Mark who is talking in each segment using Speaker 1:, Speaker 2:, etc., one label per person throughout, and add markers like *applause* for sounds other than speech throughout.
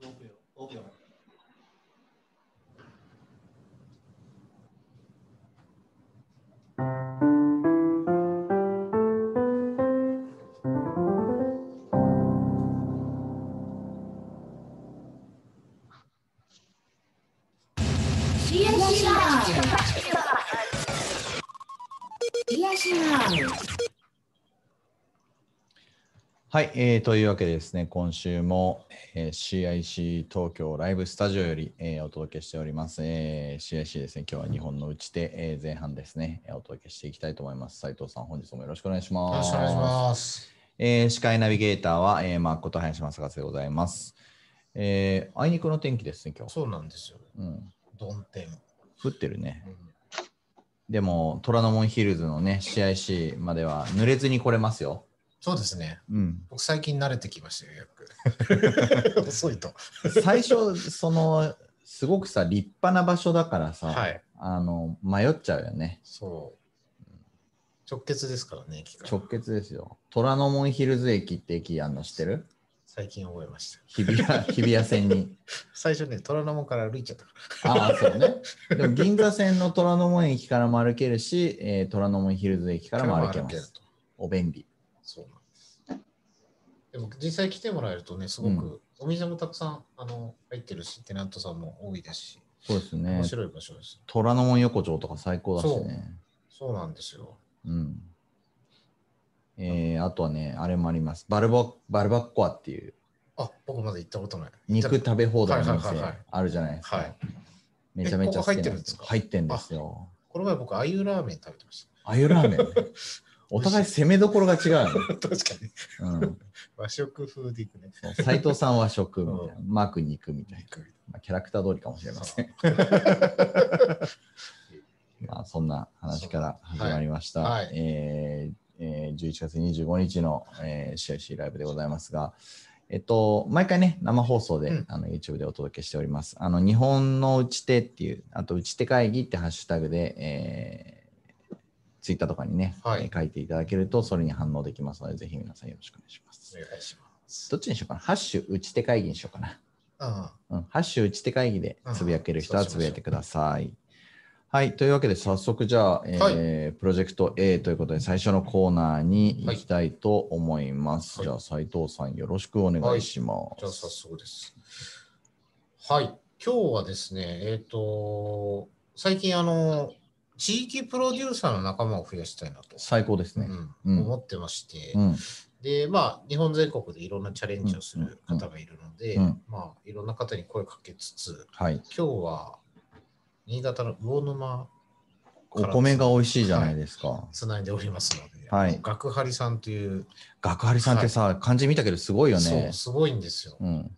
Speaker 1: 5秒、5秒。
Speaker 2: 東側東側
Speaker 3: はい、えーというわけでですね、今週も、えー CIC 東京ライブスタジオより、えーお届けしております。えー CIC ですね、今日は日本の打ち手、えー前半ですね、えーお届けしていきたいと思います。斉藤さん、本日もよろしくお願いします。
Speaker 1: よろしくお願いします。
Speaker 3: えー司会ナビゲーターは、えー、マッコと林正和でございます。えーあいにくの天気ですね、今日。
Speaker 1: そうなんですよ。
Speaker 3: うん、
Speaker 1: どん天。
Speaker 3: 降ってるね
Speaker 1: う。ん
Speaker 3: でも、虎ノ門ヒルズのね、CIC までは濡れずに来れますよ。
Speaker 1: そうですね。
Speaker 3: うん、
Speaker 1: 僕最近慣れてきましたよ、よ
Speaker 3: *laughs*
Speaker 1: く。遅いと。
Speaker 3: 最初、その、すごくさ、立派な場所だからさ、
Speaker 1: はい。
Speaker 3: あの迷っちゃうよね。
Speaker 1: そう。直結ですからね、駅から
Speaker 3: 直結ですよ。虎ノ門ヒルズ駅って駅あんの知ってる
Speaker 1: 最近覚えました。
Speaker 3: 日
Speaker 1: *laughs*
Speaker 3: 比谷日比谷線に。
Speaker 1: 最初ね、虎ノ門から歩いちゃったか。
Speaker 3: ああ、そうね。でも銀座線の虎ノ門駅からも歩けるし、えー虎ノ門ヒルズ駅かららも歩けま
Speaker 1: る
Speaker 3: す。
Speaker 1: と。
Speaker 3: お便利。
Speaker 1: そうなんです。でも実際来てもらえるとね、すごく、お店もたくさんあの入ってるし、テナントさんも多いですし、
Speaker 3: そうですね
Speaker 1: 面。白い場所です。
Speaker 3: 虎ノ門横丁とか最高だしね。
Speaker 1: そうなんですよ。
Speaker 3: うん。えーあとはね、あれもあります。バルボバルバッコアっていう
Speaker 1: あ、僕まだ行ったことない。
Speaker 3: 肉食べ放題の
Speaker 1: はい
Speaker 3: 店
Speaker 1: はいはいはい
Speaker 3: あるじゃないですか。
Speaker 1: はい
Speaker 3: めちゃめちゃ好
Speaker 1: えここ入っ
Speaker 3: きな
Speaker 1: てるんですか
Speaker 3: 入ってんですよ。
Speaker 1: この前僕、あゆラーメン食べてまし
Speaker 3: あゆラーメン *laughs* ね。お互い攻めどころが違うよ *laughs* ね。
Speaker 1: た。確かに。
Speaker 3: うん
Speaker 1: 和食風で行くね。
Speaker 3: そう斉藤さんは食みたいな、マークに行くみたいな、
Speaker 1: 行くみたい
Speaker 3: まあ、キャラクター通りかもしれません。まあ、そんな話から始まりました。
Speaker 1: はいはい
Speaker 3: えーえー11月25日の、えー、CIC ライブでございますが、えっと、毎回ね、生放送で、
Speaker 1: うん
Speaker 3: あの YouTube でお届けしております。あの、日本の打ち手っていう、あと、打ち手会議ってハッシュタグで、えー、Twitter とかにね、
Speaker 1: はい
Speaker 3: えー書いていただけると、それに反応できますので、ぜひ皆さんよろしくお願いします。
Speaker 1: な。お願いします。
Speaker 3: どっちにしようかな。ハッシュ打ち手会議にしようかな。
Speaker 1: あ
Speaker 3: うん、ハッシュ打ち手会議でつぶやける人は
Speaker 1: うん
Speaker 3: つぶやいてください。はい。というわけで、早速じゃあ、えープロジェクト A ということで、最初のコーナーに行きたいと思います。
Speaker 1: はい
Speaker 3: じゃあ、斉藤さん、よろしくお願いしま
Speaker 1: あ、じゃあ
Speaker 3: す。
Speaker 1: 早速です。はい。今日はですね、えっ、と、最近あの、地域プロデューサーの仲間を増やしたいなと、
Speaker 3: 最高ですね。
Speaker 1: う
Speaker 3: うんん
Speaker 1: 思ってまして、
Speaker 3: うん。
Speaker 1: で、まあ、日本全国でいろんなチャレンジをする方がいるので、
Speaker 3: うんうん
Speaker 1: まあ、いろんな方に声かけつつ、
Speaker 3: はい。
Speaker 1: 今日は新潟の魚沼
Speaker 3: お米が美味しいじゃないですか。
Speaker 1: つないでおりますので、
Speaker 3: はい
Speaker 1: 学張さんという、
Speaker 3: 学張さんってさ、漢字見たけどすごいよ
Speaker 1: そ
Speaker 3: ね
Speaker 1: う、。すごいんですよ。
Speaker 3: うん。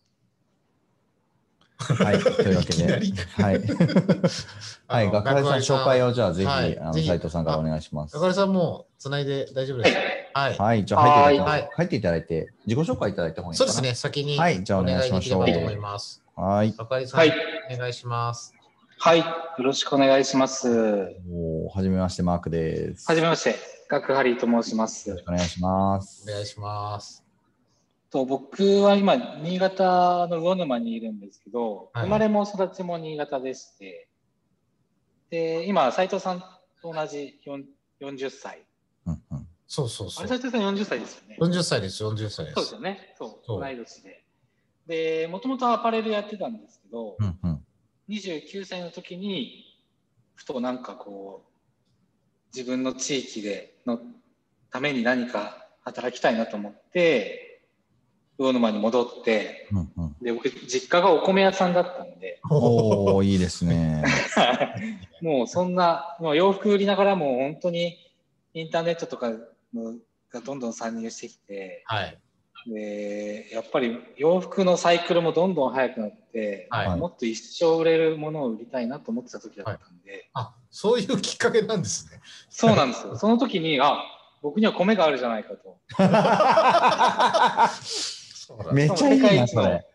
Speaker 1: *laughs*
Speaker 3: はい。というわけ
Speaker 1: いきな
Speaker 3: で
Speaker 1: り、
Speaker 3: はい。は
Speaker 1: あ
Speaker 3: い。
Speaker 1: の
Speaker 3: 学張さん、紹介
Speaker 1: を。
Speaker 3: をじゃあ、ぜひ、
Speaker 1: はい
Speaker 3: あの
Speaker 1: ぜひ
Speaker 3: 斉藤さんからお願いします
Speaker 1: 学。張さんもつないで大丈夫です。はい。
Speaker 3: はい、じゃあ入っていただ
Speaker 1: はい
Speaker 3: いて、入っていただいて、自己紹介いただいた方がいい
Speaker 1: そ
Speaker 3: か
Speaker 1: う
Speaker 3: な
Speaker 1: です。ね、先に、
Speaker 3: はいじゃあお願いしま
Speaker 1: でき
Speaker 3: し
Speaker 1: れ
Speaker 3: ょう
Speaker 1: ばと思います。
Speaker 3: はい。
Speaker 1: 学張さん、
Speaker 4: はい
Speaker 1: お願いします。
Speaker 4: はい、よろしくお願いします。は
Speaker 3: おーはじめまして、マークです。
Speaker 4: じ
Speaker 3: よ
Speaker 4: めまして、学ハリーと申します
Speaker 3: ろし。くお願いします
Speaker 1: お。願いします。
Speaker 4: と僕は今、新潟の魚沼にいるんですけど、
Speaker 1: はい
Speaker 4: 生まれも育ちも新潟でして、で今、斉藤さんと同じ4 40歳。
Speaker 3: うんうん
Speaker 1: そうそう
Speaker 4: あ
Speaker 1: そ
Speaker 4: れ、
Speaker 1: う
Speaker 4: 斉。藤さん40歳ですよね。
Speaker 1: 40歳です、40歳です。
Speaker 4: そうですよね。そう、
Speaker 1: そう
Speaker 4: 同い年で。で、もともとアパレルやってたんですけど、
Speaker 3: うんうん
Speaker 4: 29歳の時にふとなんかこう自分の地域でのために何か働きたいなと思って魚沼に戻って
Speaker 3: うんうん
Speaker 4: で僕実家がお米屋さんだったんで *laughs*
Speaker 3: おー、いいで
Speaker 1: *laughs*
Speaker 3: すね。
Speaker 4: もうそんなもう洋服売りながらもう本当にインターネットとかのがどんどん参入してきて
Speaker 1: はい。
Speaker 4: でやっぱり洋服のサイクルもどんどん速くなって、
Speaker 1: はい
Speaker 4: もっと一生売れるものを売りたいなと思ってた時だったんで。
Speaker 1: あ、そういうきっかけなんですね。
Speaker 4: そうなんですよ。その時に、あ、僕には米があるじゃないかと。
Speaker 1: そうなんだ
Speaker 3: めっちゃいいな、
Speaker 4: し
Speaker 3: そ
Speaker 4: かも世界
Speaker 3: れ。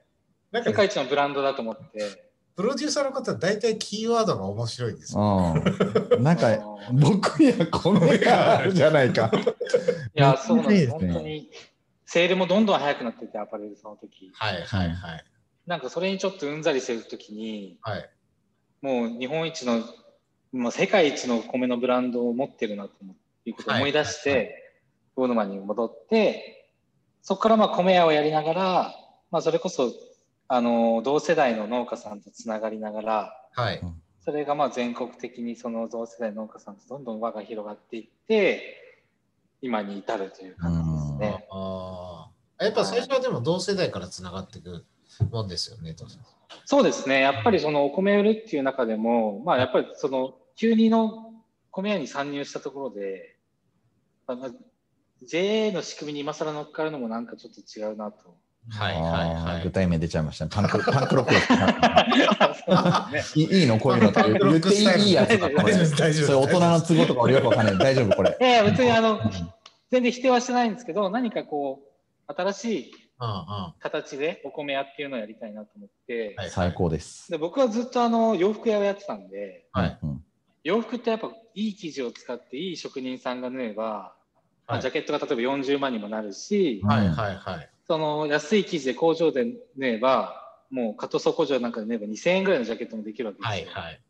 Speaker 1: なん
Speaker 4: 世
Speaker 1: かね、
Speaker 4: 界一のブランドだと思って。
Speaker 1: プロデューサーの方、大体キーワードが面白いんですよ。
Speaker 3: うん。なん
Speaker 4: あ
Speaker 3: か、
Speaker 4: のい
Speaker 3: 僕には米があるじゃないか。
Speaker 4: や、そうなん
Speaker 3: めっちゃいい
Speaker 4: です。
Speaker 3: ですね
Speaker 4: 本当に。セールもどんどん早くなってて、アパレルその時。
Speaker 1: はいはいはい。
Speaker 4: なんかそれにちょっとうんざりしてるときに、
Speaker 1: はい
Speaker 4: もう日本一の、まあ、世界一の米のブランドを持ってるなと思いうことを思い出して、
Speaker 1: はい
Speaker 4: 魚沼に戻って、そこからまあ米屋をやりながら、まあ、それこそあの同世代の農家さんとつながりながら、
Speaker 1: はい。
Speaker 4: それがまあ全国的にその同世代の農家さんとどんどん輪が広がっていって、今に至るという感じですね。
Speaker 1: ああ。やっぱ最初はでも同世代からつながっていくもんですよね、と。
Speaker 4: そうですね。やっぱりそのお米売るっていう中でも、まあやっぱりその急にの米屋に参入したところで、まあまあ JA の仕組みに今更乗っかるのもなんかちょっと違うなと。
Speaker 1: はい
Speaker 3: あ
Speaker 1: はい
Speaker 3: ー
Speaker 1: はい
Speaker 3: 具。体名出ちゃいましたね。パ
Speaker 1: *laughs*
Speaker 3: ンクパンクロックです
Speaker 4: そうですね
Speaker 3: いいいいのこういうのって
Speaker 1: パンクロ
Speaker 3: 言っ
Speaker 1: ッ
Speaker 3: て
Speaker 1: クスタイル
Speaker 3: いいやつだこ
Speaker 1: 大
Speaker 3: れ。
Speaker 1: 丈夫
Speaker 3: そ
Speaker 1: 大丈夫
Speaker 3: れ大人の都合とか俺よくわかんない。大丈夫これ。
Speaker 4: いやいや別にあの
Speaker 3: うん、
Speaker 4: 全然否定はしてないんですけど、何かこう、新しい
Speaker 1: うんうん
Speaker 4: 形でお米屋っていうのをやりたいなと思って、
Speaker 1: はい
Speaker 3: 最高です。
Speaker 4: で僕はずっとあの洋服屋をやってたんで、
Speaker 1: はい
Speaker 3: うん
Speaker 4: 洋服ってやっぱいい生地を使っていい職人さんが縫えば、まあ
Speaker 1: はい
Speaker 4: ジャケットが例えば40万にもなるし、
Speaker 3: うん
Speaker 1: はいはいはい。
Speaker 4: その安い生地で工場で縫えばもう加藤層工場なんかで縫えば2000円ぐらいのジャケットもできるわけで
Speaker 1: は
Speaker 4: す
Speaker 1: い
Speaker 4: よ、
Speaker 1: はい。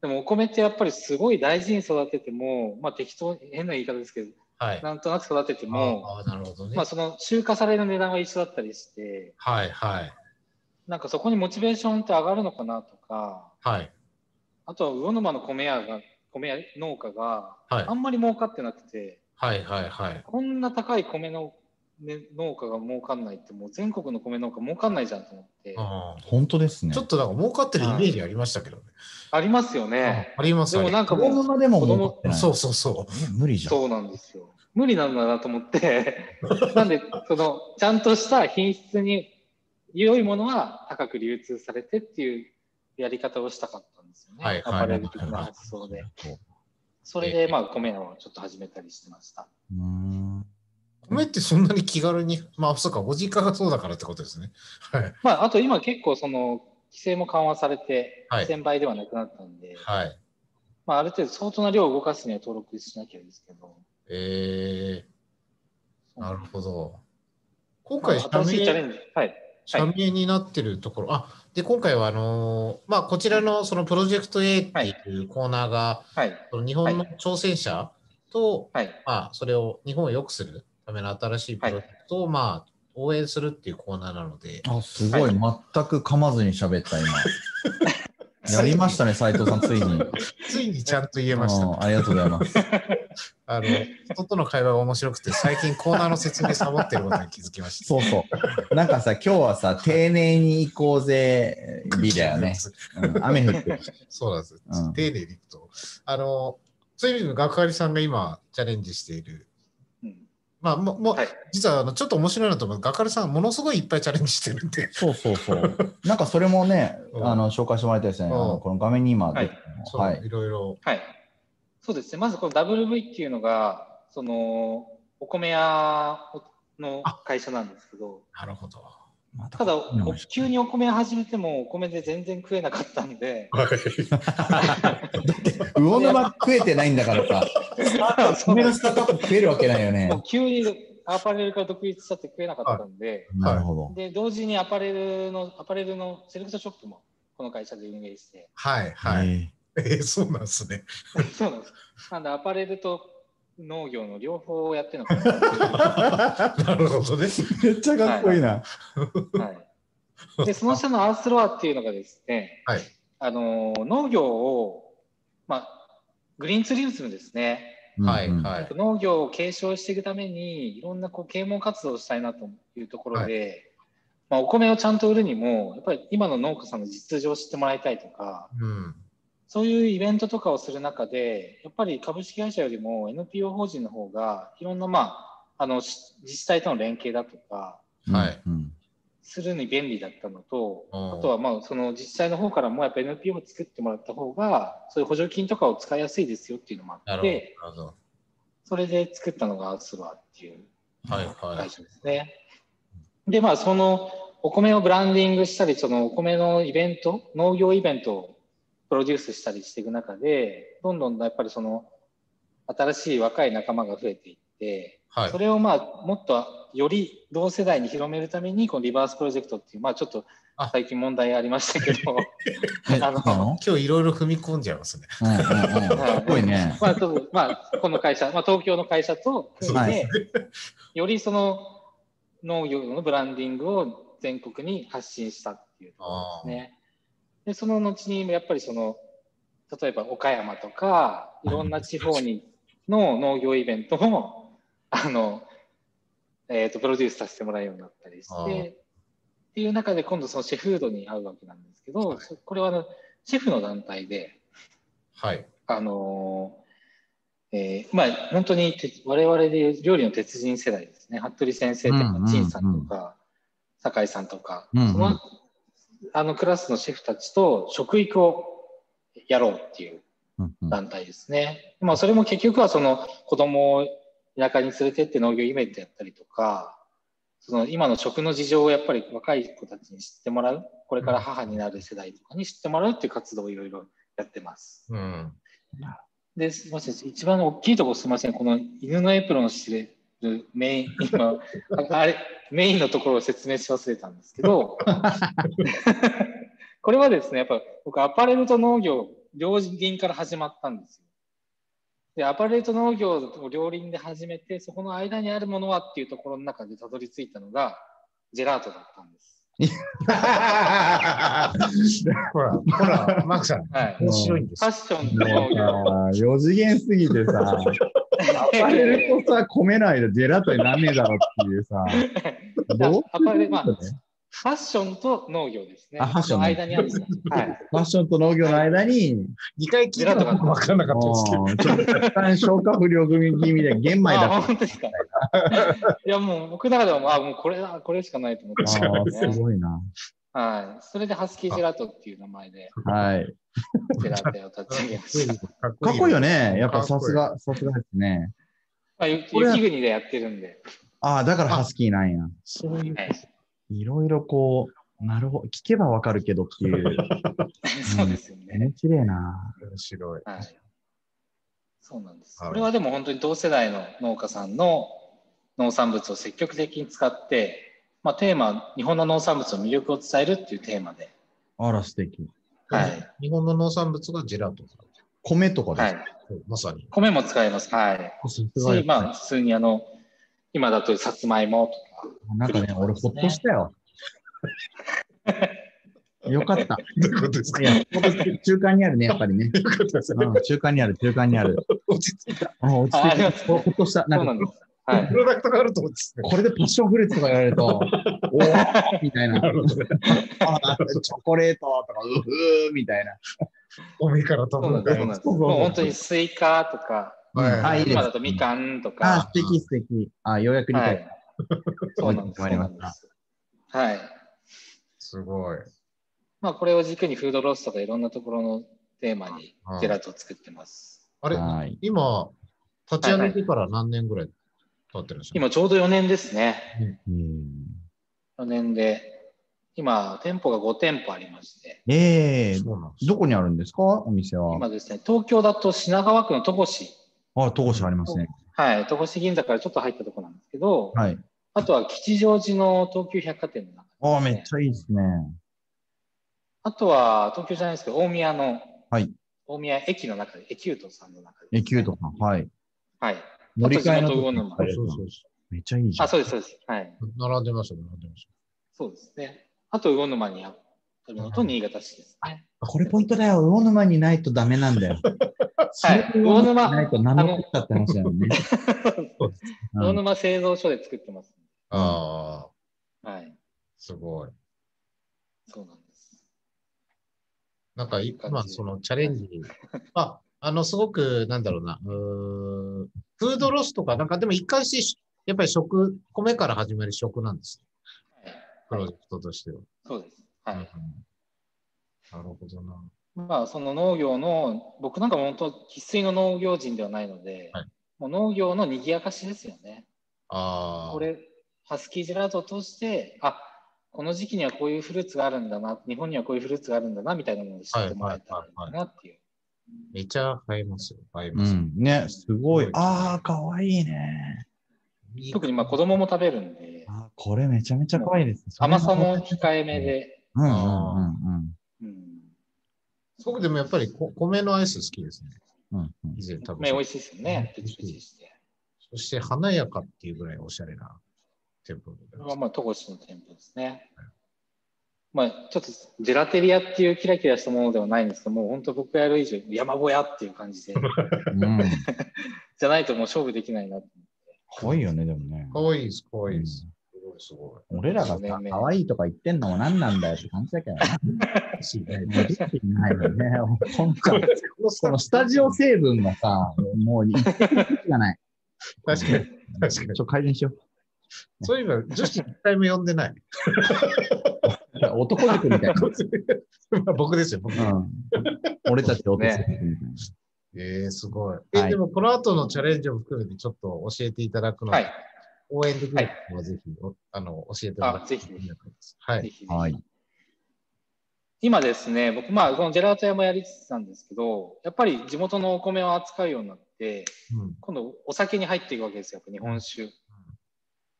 Speaker 4: でもお米ってやっぱりすごい大事に育てても、まあ、適当に変な言い方ですけど
Speaker 1: はい。
Speaker 4: なんとなく育てても
Speaker 1: ああ、なるほどね
Speaker 4: まあ、。その集荷される値段が一緒だったりして
Speaker 1: はいはい。
Speaker 4: なんかそこにモチベーションって上がるのかなとか
Speaker 1: はい。
Speaker 4: あとは魚沼の米屋が米屋農家が
Speaker 1: はい
Speaker 4: あんまり儲かってなくて、
Speaker 1: はいはいはい。
Speaker 4: こんな高い米の、ね、農家が儲かんないってもう全国の米農家儲かんないじゃんと思って、
Speaker 1: あ
Speaker 3: 本当です
Speaker 1: ー
Speaker 3: ね。
Speaker 1: ちょっとなんか儲かってるイメージありましたけどね。
Speaker 4: ありますよね。
Speaker 1: あります
Speaker 4: でもなんんか
Speaker 3: この
Speaker 4: も
Speaker 3: までも儲かって
Speaker 1: か
Speaker 3: ない。
Speaker 1: そうそうそう。
Speaker 3: ね無理
Speaker 4: う
Speaker 3: じゃん。
Speaker 4: そうなんですよ無理なんだなと思って *laughs* なんでそのちゃんとした品質に良いものは高く流通されてっていうやり方をしたかったんですよね、
Speaker 1: はい
Speaker 4: アパレル的な発想で。それでまあ米屋をちょっと始めたりしてました。
Speaker 3: うーん
Speaker 1: 米ってそんなに気軽に、まあ、そうか、ご実家がそうだからってことですね。はい。
Speaker 4: まあ、あと今結構その規制も緩和されて
Speaker 1: はい、
Speaker 4: 1000倍ではなくなったんで、
Speaker 1: はい。
Speaker 4: まあ、ある程度相当な量を動かすには登録しなきゃですけど、
Speaker 1: えー、なるほど。今
Speaker 4: まあ
Speaker 1: 回、社
Speaker 4: 新しいチャレ
Speaker 1: 名
Speaker 4: ンジ、はい、
Speaker 1: 社名になってるところ、あ、で、今回は、あのーまあ、こちらの、その、プロジェクト A っていうコーナーが、
Speaker 4: はい、
Speaker 1: その日本の挑戦者と、
Speaker 4: はい、
Speaker 1: まあ、それを日本を良くするための新しいプロジェクトを、まあ、応援するっていうコーナーなので、
Speaker 3: あ、すごい。全く噛まずに喋った、今。やりましたね、斉藤さん、ついに。
Speaker 1: ついにちゃんと言えまし
Speaker 3: う
Speaker 1: た。
Speaker 3: んありがとうございます。
Speaker 1: あの、人との会話が面白くて、最近コーナーの説明サボってることに気づきました。
Speaker 3: そうそう。なんかさ、今日はさ、丁寧に行こうぜ、日だよね。うん雨降ってる。
Speaker 1: そうなんです。
Speaker 3: うん
Speaker 1: 丁寧にいくと。あの、そういう意味で、学割さんが今チャレンジしている、
Speaker 4: うん、
Speaker 1: まあ、もうもう、
Speaker 4: はい
Speaker 1: 実はあのちょっと面白いなと思う。学割さん、ものすごいいっぱいチャレンジしてるんで、
Speaker 3: そうそうそう。なんかそれもね、
Speaker 1: うん
Speaker 3: あの紹介してもらいたいですね。あ
Speaker 1: うん
Speaker 3: のこの画面に今出てる
Speaker 1: そう
Speaker 3: の *laughs* はい
Speaker 1: い、。ろいろ。
Speaker 4: はい。そうですね、まずこの WV っていうのが、その、お米屋の会社なんですけど、
Speaker 1: なるほど。
Speaker 3: また
Speaker 4: ただ、お急にお米屋始めても、お米で全然食えなかった
Speaker 1: *laughs*
Speaker 4: んで、 *laughs*
Speaker 3: 魚沼食えてないんだからさ、米のスタートアップ食えるわけないよ
Speaker 4: もう
Speaker 3: ね。
Speaker 4: 急にアパレルから独立したって食えなかったんで、
Speaker 3: なるほど。
Speaker 4: で同時にアパレルのアパレルのセレクトショップもこの会社で運営して
Speaker 1: はい、はい。
Speaker 3: い。
Speaker 1: *laughs* えーそうなんですね。 *laughs*
Speaker 4: そうなんですなんでアパレルと農業の両方をやっ
Speaker 1: *laughs*
Speaker 4: てるのかな、
Speaker 1: なるほどね。
Speaker 3: めっちゃかっこいいな。
Speaker 4: はい、でその下のアースロアっていうのがですね、
Speaker 1: はい
Speaker 4: あのー農業を、まあ、グリーンツーリズムですね
Speaker 1: はい
Speaker 3: うん
Speaker 1: はい。
Speaker 4: 農業を継承していくためにいろんなこう啓蒙活動をしたいなというところで、まあ、お米をちゃんと売るにもやっぱり今の農家さんの実情を知ってもらいたいとか
Speaker 1: うん。
Speaker 4: そういうイベントとかをする中で、やっぱり株式会社よりも NPO 法人の方が、いろんな、まあ、あのし自治体との連携だとか、
Speaker 3: うん
Speaker 1: はい。
Speaker 3: うん
Speaker 4: するのに便利だったのと、
Speaker 1: うん
Speaker 4: あとは、まあ、その自治体の方からも、やっぱ NPO を作ってもらった方が、そういう補助金とかを使いやすいですよっていうのもあ
Speaker 1: なるほど。な
Speaker 4: って
Speaker 1: る、ほど。
Speaker 4: それで作ったのがアースワーっていう
Speaker 1: はいはい
Speaker 4: 会。社ですね。で、まあ、そのお米をブランディングしたり、そのお米のイベント、農業イベントをプロデュースしたりしていく中で、どんどんやっぱりその新しい若い仲間が増えていって、
Speaker 1: はい
Speaker 4: そ。れをまあもっとより同世代に広めるためにこのリバースプロジェクトっていうまあちょっと
Speaker 1: あ
Speaker 4: 最近問題ありましたけど
Speaker 3: え
Speaker 4: あの
Speaker 3: そうなの
Speaker 1: 今日いろいろ踏み込んじゃいますね。
Speaker 3: うんうんうんすごいね。
Speaker 4: まあちょっとまあこの会社、まあ、東京の会社と組んで、よりその農業のブランディングを全国に発信したっていうところですね。でその後にやっぱりその例えば岡山とかいろんな地方にの農業イベントもあの、えー、とプロデュースさせてもらうようになったり
Speaker 1: あ
Speaker 4: し
Speaker 1: ー
Speaker 4: てっていう中で今度そのシェフードに会うわけなんですけ
Speaker 1: はい
Speaker 4: どそこれはあのシェフの団体で。
Speaker 1: はい。
Speaker 4: あのーえーまあ本当にて我々でいう料理の鉄人世代ですね服部先生と
Speaker 3: うんうんう
Speaker 4: か
Speaker 3: ん
Speaker 4: 陳さんとか酒井さんとか、
Speaker 3: うんうん
Speaker 4: そのあのクラスのシェフたちと食育をやろうっていう
Speaker 3: うんうん
Speaker 4: 団体ですね。まあそれも結局はその子供を田舎に連れてって農業イベントやったりとか、その今の食の事情をやっぱり若い子たちに知ってもらう、これから母になる世代とかに知ってもらうっていう活動をいろいろやってます。
Speaker 3: *laughs*
Speaker 1: うん。
Speaker 4: で、すみません、一番大きいところすみません、この犬のエプロンを知れるメイン、今、ああれ、メインのところを説明し忘れたんですけど、 *laughs* これはですね、やっぱ僕、アパレルと農業、両輪から始まったんですよ。で、アパレルと農業を両輪で始めて、そこの間にあるものはっていうところの中でたどり着いたのが、ジェラートだったんです。
Speaker 1: ほら、ほら、マークさん、
Speaker 4: はい。フ
Speaker 1: 面白いんです
Speaker 4: ァ
Speaker 1: よ。
Speaker 4: ッションと
Speaker 3: *laughs*
Speaker 4: 農業。
Speaker 3: 4次元すぎてさ、アパレルとさ、込めないでジェラートになんねえだろっていうさ、どう
Speaker 4: アパレル、まあ、ファッションと農業ですね。
Speaker 3: あファッション
Speaker 4: の
Speaker 3: ね
Speaker 4: 間にあるんですね。はい。
Speaker 3: ファッションと農業の間に、
Speaker 1: 2回聞いたら僕分からなかったですけど。
Speaker 3: うんちょっと一旦消化不良組気味で玄米
Speaker 4: あ
Speaker 3: だ
Speaker 4: あ、本当ですか。いや、もう僕の中ではもう、あもうこれだ、これしかないと思ってました
Speaker 3: あー
Speaker 4: ね
Speaker 3: すごいな。
Speaker 4: はい。それでハスキージェラートっていう名前で、
Speaker 3: はい。
Speaker 4: ジェラートを立ち上げました。
Speaker 1: かっ
Speaker 3: かっこいいよ
Speaker 1: ね。
Speaker 3: ね。やっぱ
Speaker 1: かっ
Speaker 3: さ
Speaker 1: こいい
Speaker 3: すが、さすがですね。
Speaker 4: まあ、ゆ
Speaker 3: これは
Speaker 4: 雪国でやってるんで、
Speaker 3: ああ、だからハスキーなんや。
Speaker 1: そういう。
Speaker 4: はい、
Speaker 3: いろいろこう、なるほど。聞けばわかるけどっていう。
Speaker 4: そうですよね。
Speaker 3: 面白いな。
Speaker 1: 面白い。
Speaker 4: はい。そうなんです。
Speaker 1: はい
Speaker 4: これはでも本当に同世代の農家さんの農産物を積極的に使って、まあ、テーマ、日本の農産物の魅力を伝えるっていうテーマで、
Speaker 3: あら、素敵。
Speaker 4: はい。
Speaker 1: 日本の農産物がジェラートだ
Speaker 3: 米とかで
Speaker 4: は
Speaker 3: す
Speaker 4: い。
Speaker 1: そうまさに。
Speaker 4: 米も使えます。はい。
Speaker 3: かすご
Speaker 4: し
Speaker 3: い。
Speaker 4: まあ、普通にあの、今だとさつまいも
Speaker 3: なんかね、俺ほっとした
Speaker 4: *laughs*
Speaker 3: よ。よかった。
Speaker 1: どういうことです *laughs*
Speaker 3: いや、中間にあるね、やっぱり
Speaker 4: *laughs*
Speaker 3: ね。
Speaker 1: どういうことですか
Speaker 3: うん、中間にある、中間にある。
Speaker 1: 落ち着いた。
Speaker 3: あ、落ち着い
Speaker 4: ああり
Speaker 3: た。
Speaker 4: ます
Speaker 3: ほほっとした。
Speaker 4: とか。
Speaker 3: な
Speaker 4: そうんな
Speaker 3: か
Speaker 4: んです。はい
Speaker 1: プ。ロダクトがあると思うんですね。
Speaker 3: これでパッションフルーツとか言われる
Speaker 4: *laughs*
Speaker 3: と、おおみたいな。
Speaker 1: *laughs*
Speaker 3: あチョコレートとか、うふーみたいな。
Speaker 1: お目から
Speaker 4: そう
Speaker 1: 頼
Speaker 4: なん
Speaker 1: む
Speaker 4: で
Speaker 1: か
Speaker 4: す。そ
Speaker 1: ら
Speaker 4: うなんです。もう本当にスイカとか、
Speaker 1: はい
Speaker 3: はい、いいです
Speaker 4: 今だ。とみかんと
Speaker 3: あ、
Speaker 4: か
Speaker 3: 素。敵素敵。あ、ようやく理
Speaker 4: は
Speaker 3: 解
Speaker 4: い。。そうなんです。
Speaker 3: わか
Speaker 4: そ
Speaker 3: り
Speaker 4: う
Speaker 3: ま
Speaker 4: な
Speaker 3: した
Speaker 4: んです。はい。
Speaker 1: すごい。
Speaker 4: まあ、これを軸にフードロスとかいろんなところのテーマにジェラートを作ってます。
Speaker 1: あれ、
Speaker 3: はい
Speaker 1: 今、立ち上げてから何年ぐらい経ってるんですか、
Speaker 4: 今ちょうど4年ですね。
Speaker 3: うん
Speaker 4: 4年で、今、店舗が5店舗ありまして、
Speaker 3: ええ
Speaker 1: そうなんです
Speaker 3: どこにあるんですかお店は
Speaker 4: 今。ですね、東京だと品川区の戸越、
Speaker 3: あ、戸越ありますね。
Speaker 4: はい、戸越銀座からちょっと入ったところなんですけど、
Speaker 3: はい。
Speaker 4: あとは吉祥寺の東急百貨店の中ですね、
Speaker 3: あ、めっちゃいいですね。
Speaker 4: あとは東京じゃないですけど、大宮の、
Speaker 3: はい
Speaker 4: 大宮駅の中で、エキュートさんの中で、
Speaker 3: え、キュートさん。はい。
Speaker 4: はい。
Speaker 3: 乗り換えの
Speaker 4: あと地元魚
Speaker 3: 時
Speaker 4: 沼
Speaker 3: あれ
Speaker 1: そうそうそ
Speaker 3: めっちゃいいじゃ
Speaker 4: あ、
Speaker 3: ん。
Speaker 4: そうです、そうです。はい。
Speaker 1: う。並んでました、並んでまし
Speaker 4: そうですね。あと、魚沼にあるのと、新潟市ですね。
Speaker 3: これポイントだよ。魚沼にないとダメなんだよ。
Speaker 4: はい魚沼
Speaker 3: にないと何のこったって話だよね。うん
Speaker 4: 魚沼製造所で作ってます。
Speaker 1: た。ああ、
Speaker 4: はい。
Speaker 1: すごい。
Speaker 4: そうなんです。
Speaker 1: なんか
Speaker 4: いい感じ
Speaker 1: 今、そのチャレンジに、あ、あの、すごく、なんだろうな、うーんフードロスとか、なんかでも一貫してし、やっぱり食、米から始める食なんですね。
Speaker 4: はい。
Speaker 1: プロジェクトとしては。
Speaker 4: そうです。はい。
Speaker 1: うんなるほどな。
Speaker 4: まあ、その農業の、僕なんかも本当、生粋の農業人ではないので、
Speaker 1: はい
Speaker 4: もう農業の賑やかしですよね。
Speaker 1: ああ。
Speaker 4: これ、ハスキージェラートを通して、あこの時期にはこういうフルーツがあるんだな、日本にはこういうフルーツがあるんだな、みたいなものを知ってもらえたらいいなっていう。
Speaker 1: めちゃ映えますよ。映え
Speaker 3: う
Speaker 1: ます。
Speaker 3: ん。ね、すごい。ああ、かわいいね。
Speaker 1: いい
Speaker 4: 特にまあ子供も食べるんで、
Speaker 3: あこれめちゃめちゃ怖いですね。
Speaker 4: 甘さも控えめで、
Speaker 3: うんうんうん
Speaker 4: うん。
Speaker 1: 僕でもやっぱりこ米のアイス好きですね。
Speaker 3: うんうんうん。
Speaker 1: 以前食べ
Speaker 4: 米
Speaker 1: た
Speaker 4: 美味しいですよね。プチプチして。
Speaker 1: そして華やかっていうぐらいおしゃれな店舗でござ
Speaker 4: これ
Speaker 1: いま
Speaker 4: は
Speaker 1: す。
Speaker 4: まあ、戸越の店舗ですね。まあ、ちょっとジェラテリアっていうキラキラしたものではないんですけど、もう本当僕がやる以上、山小屋っていう感
Speaker 1: *laughs*
Speaker 4: じで、
Speaker 3: うん、
Speaker 4: じゃないともう勝負できないなって。
Speaker 3: 怖いよね、でもね。
Speaker 1: かわいいです、かわいいです。すごい、すごい。
Speaker 3: 俺らがさ、可愛いとか言ってんのも何なんだよって感じだ *laughs* けどな。もうできてないよね。本 *laughs* 当にこのスタジオ成分がさ、もう *laughs* 一滴がない。
Speaker 1: 確かに、確かに。
Speaker 3: ちょ、改善しよ
Speaker 1: そういえば、女子一回も呼んでない。 *laughs*
Speaker 3: う。男塾みたいな。
Speaker 1: まあ僕ですよ、僕。
Speaker 3: *laughs* うん、俺たち男塾みたいな。
Speaker 1: えー、すごい。え、
Speaker 3: はい
Speaker 1: でもこの後のチャレンジを含めてちょっと教えていただくので、
Speaker 4: はい。
Speaker 1: 応援できるのはぜひ、おあの、教えてもらって
Speaker 4: あぜひ
Speaker 1: ありがとうございますは
Speaker 4: ぜ
Speaker 1: い。
Speaker 4: ひぜひ
Speaker 3: はい。
Speaker 4: 今ですね、僕、まあ、このジェラート屋もやりつつなんですけど、やっぱり地元のお米を扱うようになって、
Speaker 1: うん
Speaker 4: 今度お酒に入っていくわけですよ、やっぱ日本酒。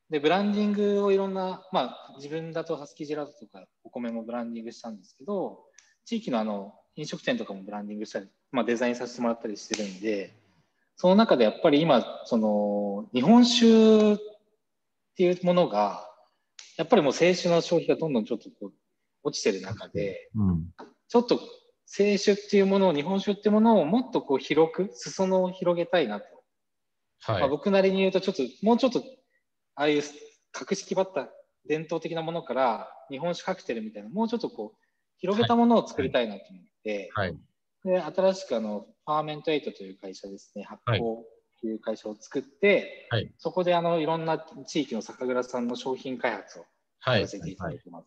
Speaker 4: で、ブランディングをいろんな、まあ、自分だとハスキージェラートとかお米もブランディングしたんですけど、地域のあの飲食店とかもブランディングしたり、まあ、デザインさせてもらったりしてるんで、その中でやっぱり今、その日本酒っていうものが、やっぱりもう清酒の消費がどんどんちょっとこう落ちてる中で、
Speaker 3: うん。
Speaker 4: ちょっと清酒っていうものを日本酒っていうものをもっとこう広く裾野を広げたいなと、
Speaker 1: は
Speaker 4: まあ、
Speaker 1: い。
Speaker 4: 僕なりに言うとちょっともうちょっとああいう格式ばった伝統的なものから日本酒カクテルみたいなもうちょっとこう広げたものを作りたいなと思って、
Speaker 1: はい。
Speaker 4: で新しくあのファーメントエイトという会社ですね発
Speaker 1: はい
Speaker 4: 酵という会社を作って、
Speaker 1: はい
Speaker 4: そこであのいろんな地域の酒蔵さんの商品開発を
Speaker 1: はい。
Speaker 4: させていただ
Speaker 1: はい
Speaker 4: いてます。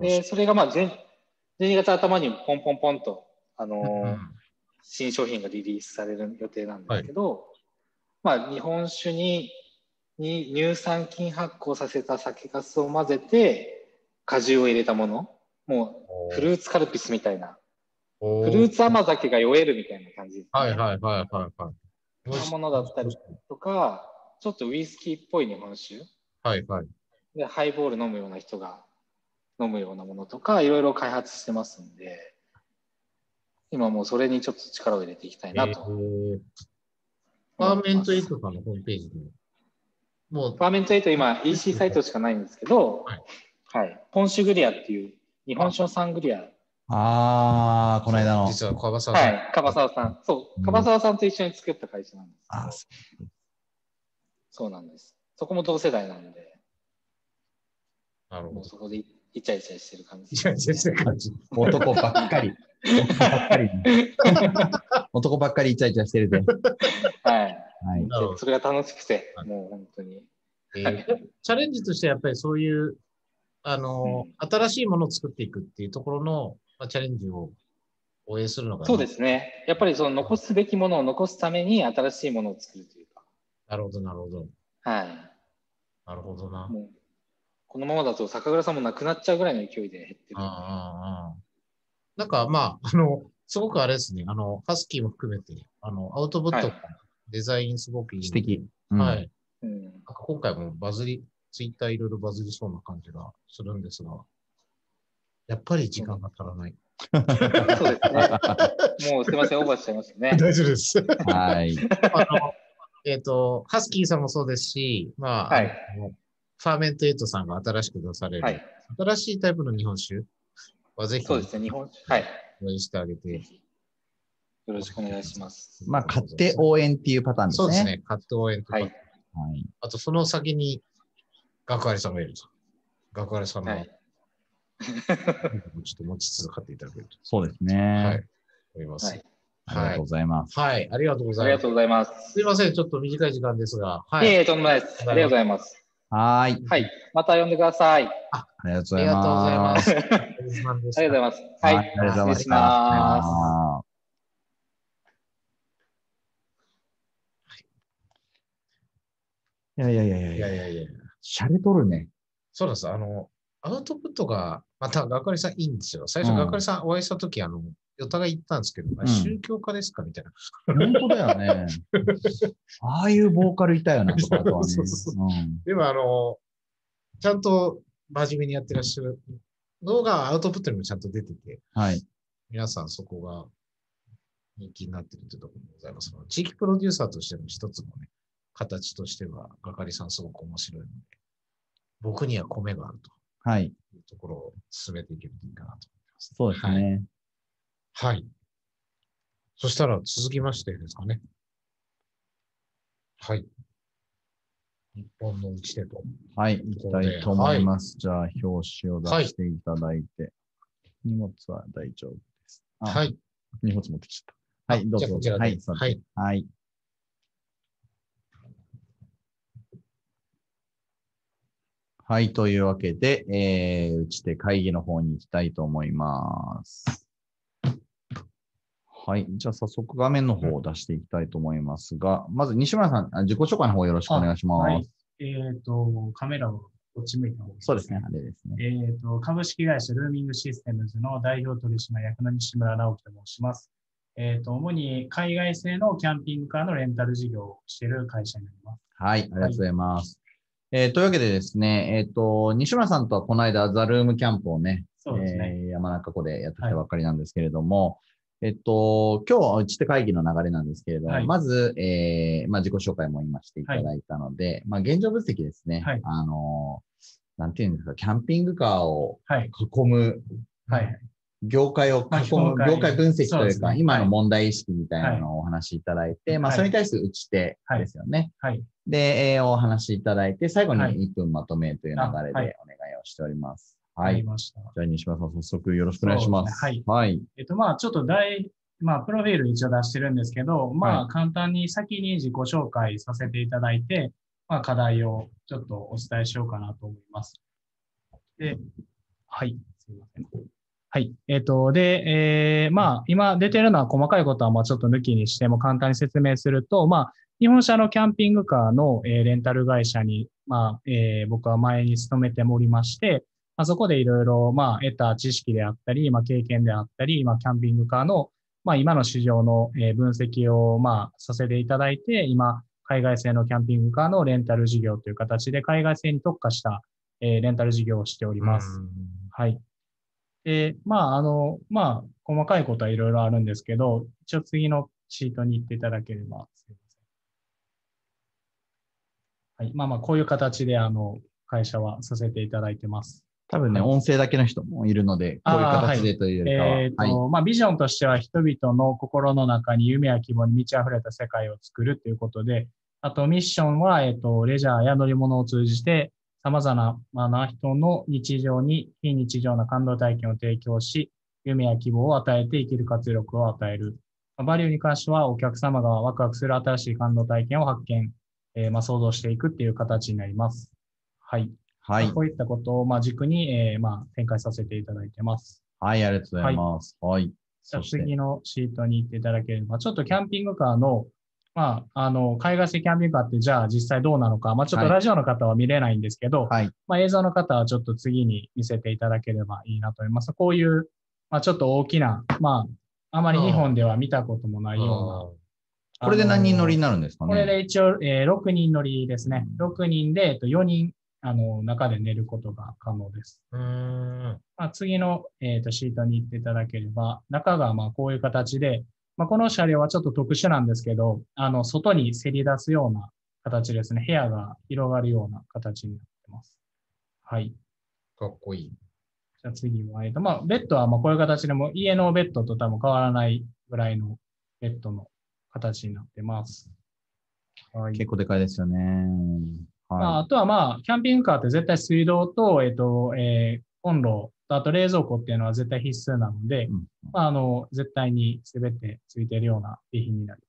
Speaker 4: で、それがまあ12、12月頭にポンポンポンと、あのー新商品がリリースされる予定なんですけど、まあ、日本酒にに乳酸菌発酵させた酒粕を混ぜて、果汁を入れたもの、もうフルーツカルピスみたいな、
Speaker 1: お
Speaker 4: フ
Speaker 1: ー
Speaker 4: ルーツ甘酒が酔えるみたいな感じですね、
Speaker 1: はいはいはいはいはい。
Speaker 4: そんなものだったりとか、ちょっとウイスキーっぽい日本酒、
Speaker 1: はいはい。
Speaker 4: でハイボール飲むような人が飲むようなものとかいろいろ開発してますんで今もうそれにちょっと力を入れていきたいな
Speaker 1: え
Speaker 4: と、
Speaker 1: ーファーメントエイトさんのホームページで、もう、
Speaker 4: パーメントエイト今 EC サイトしかないんですけど、
Speaker 1: はい
Speaker 4: はい、ポンシュグリアっていう日本酒のサングリア、
Speaker 3: あー、この間の。
Speaker 1: 実は川端さん、
Speaker 4: はい、樺沢さんそう樺沢さんと一緒に作った会社なんですけど、
Speaker 3: あーそう
Speaker 4: そうなんですそこも同世代なんで
Speaker 1: なる
Speaker 4: も
Speaker 1: ほ
Speaker 4: う
Speaker 1: ど。
Speaker 4: そこでイチャイチャしてる感じ
Speaker 1: い
Speaker 4: ですね、
Speaker 1: や、全然感じ。
Speaker 3: 男ばっかり。男ばっかり。 *laughs* 男ばっかりイチャイチャしてるで。
Speaker 4: はい
Speaker 3: はい。
Speaker 1: なるほど
Speaker 4: それが楽しくて
Speaker 1: はい
Speaker 4: もう本当に
Speaker 1: えー *laughs* チャレンジとしてはやっぱりそういう、あの、
Speaker 4: うん
Speaker 1: 新しいものを作っていくっていうところの、まあ、チャレンジを応援するのが、
Speaker 4: そうですね。やっぱりその残すべきものを残すために新しいものを作るという
Speaker 1: なるほど、なるほど。
Speaker 4: か。はい。
Speaker 1: なるほどな。
Speaker 4: もうこのままだと酒蔵さんもなくなっちゃうぐらいの勢いで減ってる。
Speaker 1: ああああなんかまあ、あの、すごくあれですね、あの、ハスキーも含めて、あの、アウトプットが
Speaker 4: はい
Speaker 1: デザインすごくいい。
Speaker 3: 素敵。うん
Speaker 1: はい。。
Speaker 4: うん、
Speaker 1: なんか今回もバズり、ツイッターいろいろバズりそうな感じがするんですが、やっぱり時間が足らない。
Speaker 4: そうですね。もうすいません、オーバーしちゃいました
Speaker 1: *laughs*
Speaker 4: ね。
Speaker 1: 大丈夫です。
Speaker 3: はい。
Speaker 1: あの、えっ、と、ハスキーさんもそうですし、まあ、
Speaker 4: はい
Speaker 1: あのファーメントエイトさんが新しく出される、
Speaker 4: はい。
Speaker 1: 新しいタイプの日本酒はぜひ
Speaker 4: そうですね、日本酒。はい。
Speaker 1: 応援してあげ
Speaker 4: ぜ
Speaker 1: て。
Speaker 4: ひよろしくお願いします。
Speaker 3: まあ、買って応援っていうパターンですね。
Speaker 1: そうです。ね、買って応援とか、
Speaker 4: はい。
Speaker 3: はい。
Speaker 1: あとその先に学割さんがいると。学割さんの、
Speaker 4: はい。
Speaker 1: ちょっと持ち続かっていただけると。
Speaker 3: そうです
Speaker 1: は
Speaker 3: ね
Speaker 1: い。。思います。
Speaker 4: はい
Speaker 3: ありがとうございます。
Speaker 1: はい、ありがとうご
Speaker 4: あ
Speaker 1: ざ
Speaker 4: り
Speaker 1: い
Speaker 4: が
Speaker 1: ます。
Speaker 4: とうございます。、
Speaker 1: すいません、ちょっと短い時間ですが、はいい。
Speaker 4: えいえ、とんでもないです。ありがとうございます。
Speaker 3: はい。あり
Speaker 4: はい。また呼んでください。あ
Speaker 3: がと
Speaker 1: あ
Speaker 3: うござ
Speaker 1: り
Speaker 3: い
Speaker 1: がとうござい
Speaker 3: ま。
Speaker 1: ますす。ありがとうございま
Speaker 4: りがとうございます。はい。
Speaker 3: ありがとう
Speaker 4: 失
Speaker 3: ご
Speaker 4: 礼
Speaker 3: ざい
Speaker 4: し
Speaker 3: ま
Speaker 4: ます。
Speaker 3: す。いやいやいやいや
Speaker 1: い
Speaker 3: い
Speaker 1: や
Speaker 3: や
Speaker 1: いやいや。
Speaker 3: シャレとるね。
Speaker 1: そうなんです。あの、アウトプットが、また、がかりさんいいんですよ。最初、
Speaker 3: うん
Speaker 1: がかりさんお会いしたとき、あの、お互い言ったんですけど、あれ
Speaker 3: うん
Speaker 1: 宗教家ですかみたいな。
Speaker 3: 本当だよね。ああいうボーカルいたよな、とか、あとはね。
Speaker 1: そうそう
Speaker 3: うん
Speaker 1: でも、あの、ちゃんと真面目にやってらっしゃるのがアウトプットにもちゃんと出てて、
Speaker 3: はい。
Speaker 1: 皆さんそこが人気になってるというところでございます。地域プロデューサーとしての一つのね、形としては、あかりさんすごく面白いので、僕には米があると
Speaker 3: はい。
Speaker 1: いうところを進めていけるといいかなと思います。
Speaker 3: そうですね。
Speaker 1: はい。そしたら続きましてですかね。はい。日本のうちでと。
Speaker 3: はい。いきたいと思います。じゃあ、表紙を出していただいて。荷物は大丈夫です。あ
Speaker 1: はい。
Speaker 3: 荷物持ってきちゃった。はい、どう
Speaker 1: じゃあこち
Speaker 3: ぞ。
Speaker 1: ら
Speaker 3: は
Speaker 1: で
Speaker 3: い、。座って
Speaker 1: はい。
Speaker 3: はい。はい、というわけで、えー、うちで会議の方に行きたいと思います。はい。じゃあ、早速画面の方を出していきたいと思いますが、まず西村さん、あ自己紹介の方よろしくお願いします。
Speaker 5: はい。えっ、と、カメラをこっち向いた方がいい
Speaker 3: そうですね。。あれですね。
Speaker 5: えっ、と、株式会社ルーミングシステムズの代表取締役の西村直樹と申します。えっ、と、主に海外製のキャンピングカーのレンタル事業をしている会社になります。
Speaker 3: はい、ありがとうございます。えーというわけでですね、えっ、と、西村さんとはこの間、ザルームキャンプをね、
Speaker 5: そうですね。
Speaker 3: えー山中湖でやってきたばっかりなんですけれども、えっと、今日は打ち手会議の流れなんですけれども、
Speaker 5: はい
Speaker 3: まず、えーまあ、自己紹介も今していただいたので、まあ、現状分析ですね。
Speaker 5: はい
Speaker 3: あのー、なんていうんですか、キャンピングカーを
Speaker 5: はい。
Speaker 3: 囲む、
Speaker 5: はい。
Speaker 3: 業界を
Speaker 5: まあ
Speaker 3: 囲む、
Speaker 5: 業界
Speaker 3: 業界分析
Speaker 5: そう
Speaker 3: とい
Speaker 5: で
Speaker 3: う
Speaker 5: す
Speaker 3: か、
Speaker 5: ね
Speaker 3: 今
Speaker 5: は
Speaker 3: の
Speaker 5: い
Speaker 3: 問題意識みたいなのをお話しいただいて、まあ、
Speaker 5: はい
Speaker 3: それに対する打ち手ですよね。
Speaker 5: はい。
Speaker 3: で、えーお話しいただいて、最後に
Speaker 5: はい
Speaker 3: 1分まとめという流れでお
Speaker 5: あは
Speaker 3: 願い
Speaker 5: い
Speaker 3: をしております。
Speaker 5: あ
Speaker 3: はい。
Speaker 5: りました。
Speaker 3: じゃあ、西村さん、早速よろしくお願いします。
Speaker 5: そうですね
Speaker 3: はい。
Speaker 5: えっ、と、まあ、ちょっと大、まあ、プロフィール一応出してるんですけど、ま
Speaker 3: は
Speaker 5: あ、簡単に先に自己紹介させていただいて、まあ、課題をちょっとお伝えしようかなと思います。で、はい、すいません。はい。えっ、と、で、えーまあ、今出てるのは細かいことは、まあ、ちょっと抜きにしても簡単に説明すると、まあ、日本車のキャンピングカーの、えーレンタル会社に、まあ、えー僕は前に勤めておりまして、まあ、そこでいろいろ、まあ、得た知識であったり、まあ、経験であったり、まあ、キャンピングカーの、まあ、今の市場の、えー分析を、まあ、させていただいて、今、海外製のキャンピングカーのレンタル事業という形で、海外製に特化した、えーレンタル事業をしております。
Speaker 1: うん。
Speaker 5: はい。で、まあ、あの、まあ、細かいことはいろいろあるんですけど、一応次のシートに行っていただければ、すいません。はい。まあまあ、こういう形で、あの、会社はさせていただいてます。
Speaker 3: 多分ね、
Speaker 5: はい
Speaker 3: 音声だけの人もいるので、こういう
Speaker 5: あー
Speaker 3: 形でというよりかは。
Speaker 5: えっ、と、まあ、ビジョンとしては人々の心の中に夢や希望に満ち溢れた世界を作るということで、あとミッションは、えっ、と、レジャーや乗り物を通じて、様々な人の日常に非日常な感動体験を提供し、夢や希望を与えて生きる活力を与える。まあバリューに関しては、お客様がワクワクする新しい感動体験を発見、えーまあ、想像していくっていう形になります。はい。
Speaker 3: はい。はい
Speaker 5: こ。ういったことを、まあ、軸に、えーまあ、展開させていただいてます。
Speaker 3: はい、ありがとうございます。はい。
Speaker 5: じゃあ
Speaker 3: そして
Speaker 5: 次のシートに行っていただければ、ちょっとキャンピングカーの、まあ、あの、海外製キャンピングカーって、じゃあ実際どうなのか、まあちょっと
Speaker 3: はい
Speaker 5: ラジオの方は見れないんですけど、
Speaker 3: はい。
Speaker 5: まあ映像の方はちょっと次に見せていただければいいなと思います。こういう、まあちょっと大きな、まあ、あまり日本では見たこともないような。
Speaker 3: これで何人乗りに
Speaker 5: な
Speaker 3: なるんですかね
Speaker 5: これで一応、えー6人乗りですね。6人で、えっと、4人、あの、中で寝ることが可能です。
Speaker 1: うん。
Speaker 5: まあ、次の、えー、とシートに行っていただければ、中がまあこういう形で、まあ、この車両はちょっと特殊なんですけど、あの外にせり出すような形ですね。部屋が広がるような形になってます。はい。
Speaker 1: かっこいい。
Speaker 5: じゃあ次は、えーとまあ、ベッドはまあこういう形でも家のベッドと多分変わらないぐらいのベッドの形になってます。はい。
Speaker 3: 結構でかいですよね。はい。
Speaker 5: まあ、あとはまあ、キャンピングカーって絶対水道と、えっ、と、えーコンロと、あと冷蔵庫っていうのは絶対必須なので、
Speaker 3: うん
Speaker 5: まあ、あの、絶対に全てついてるような備品になり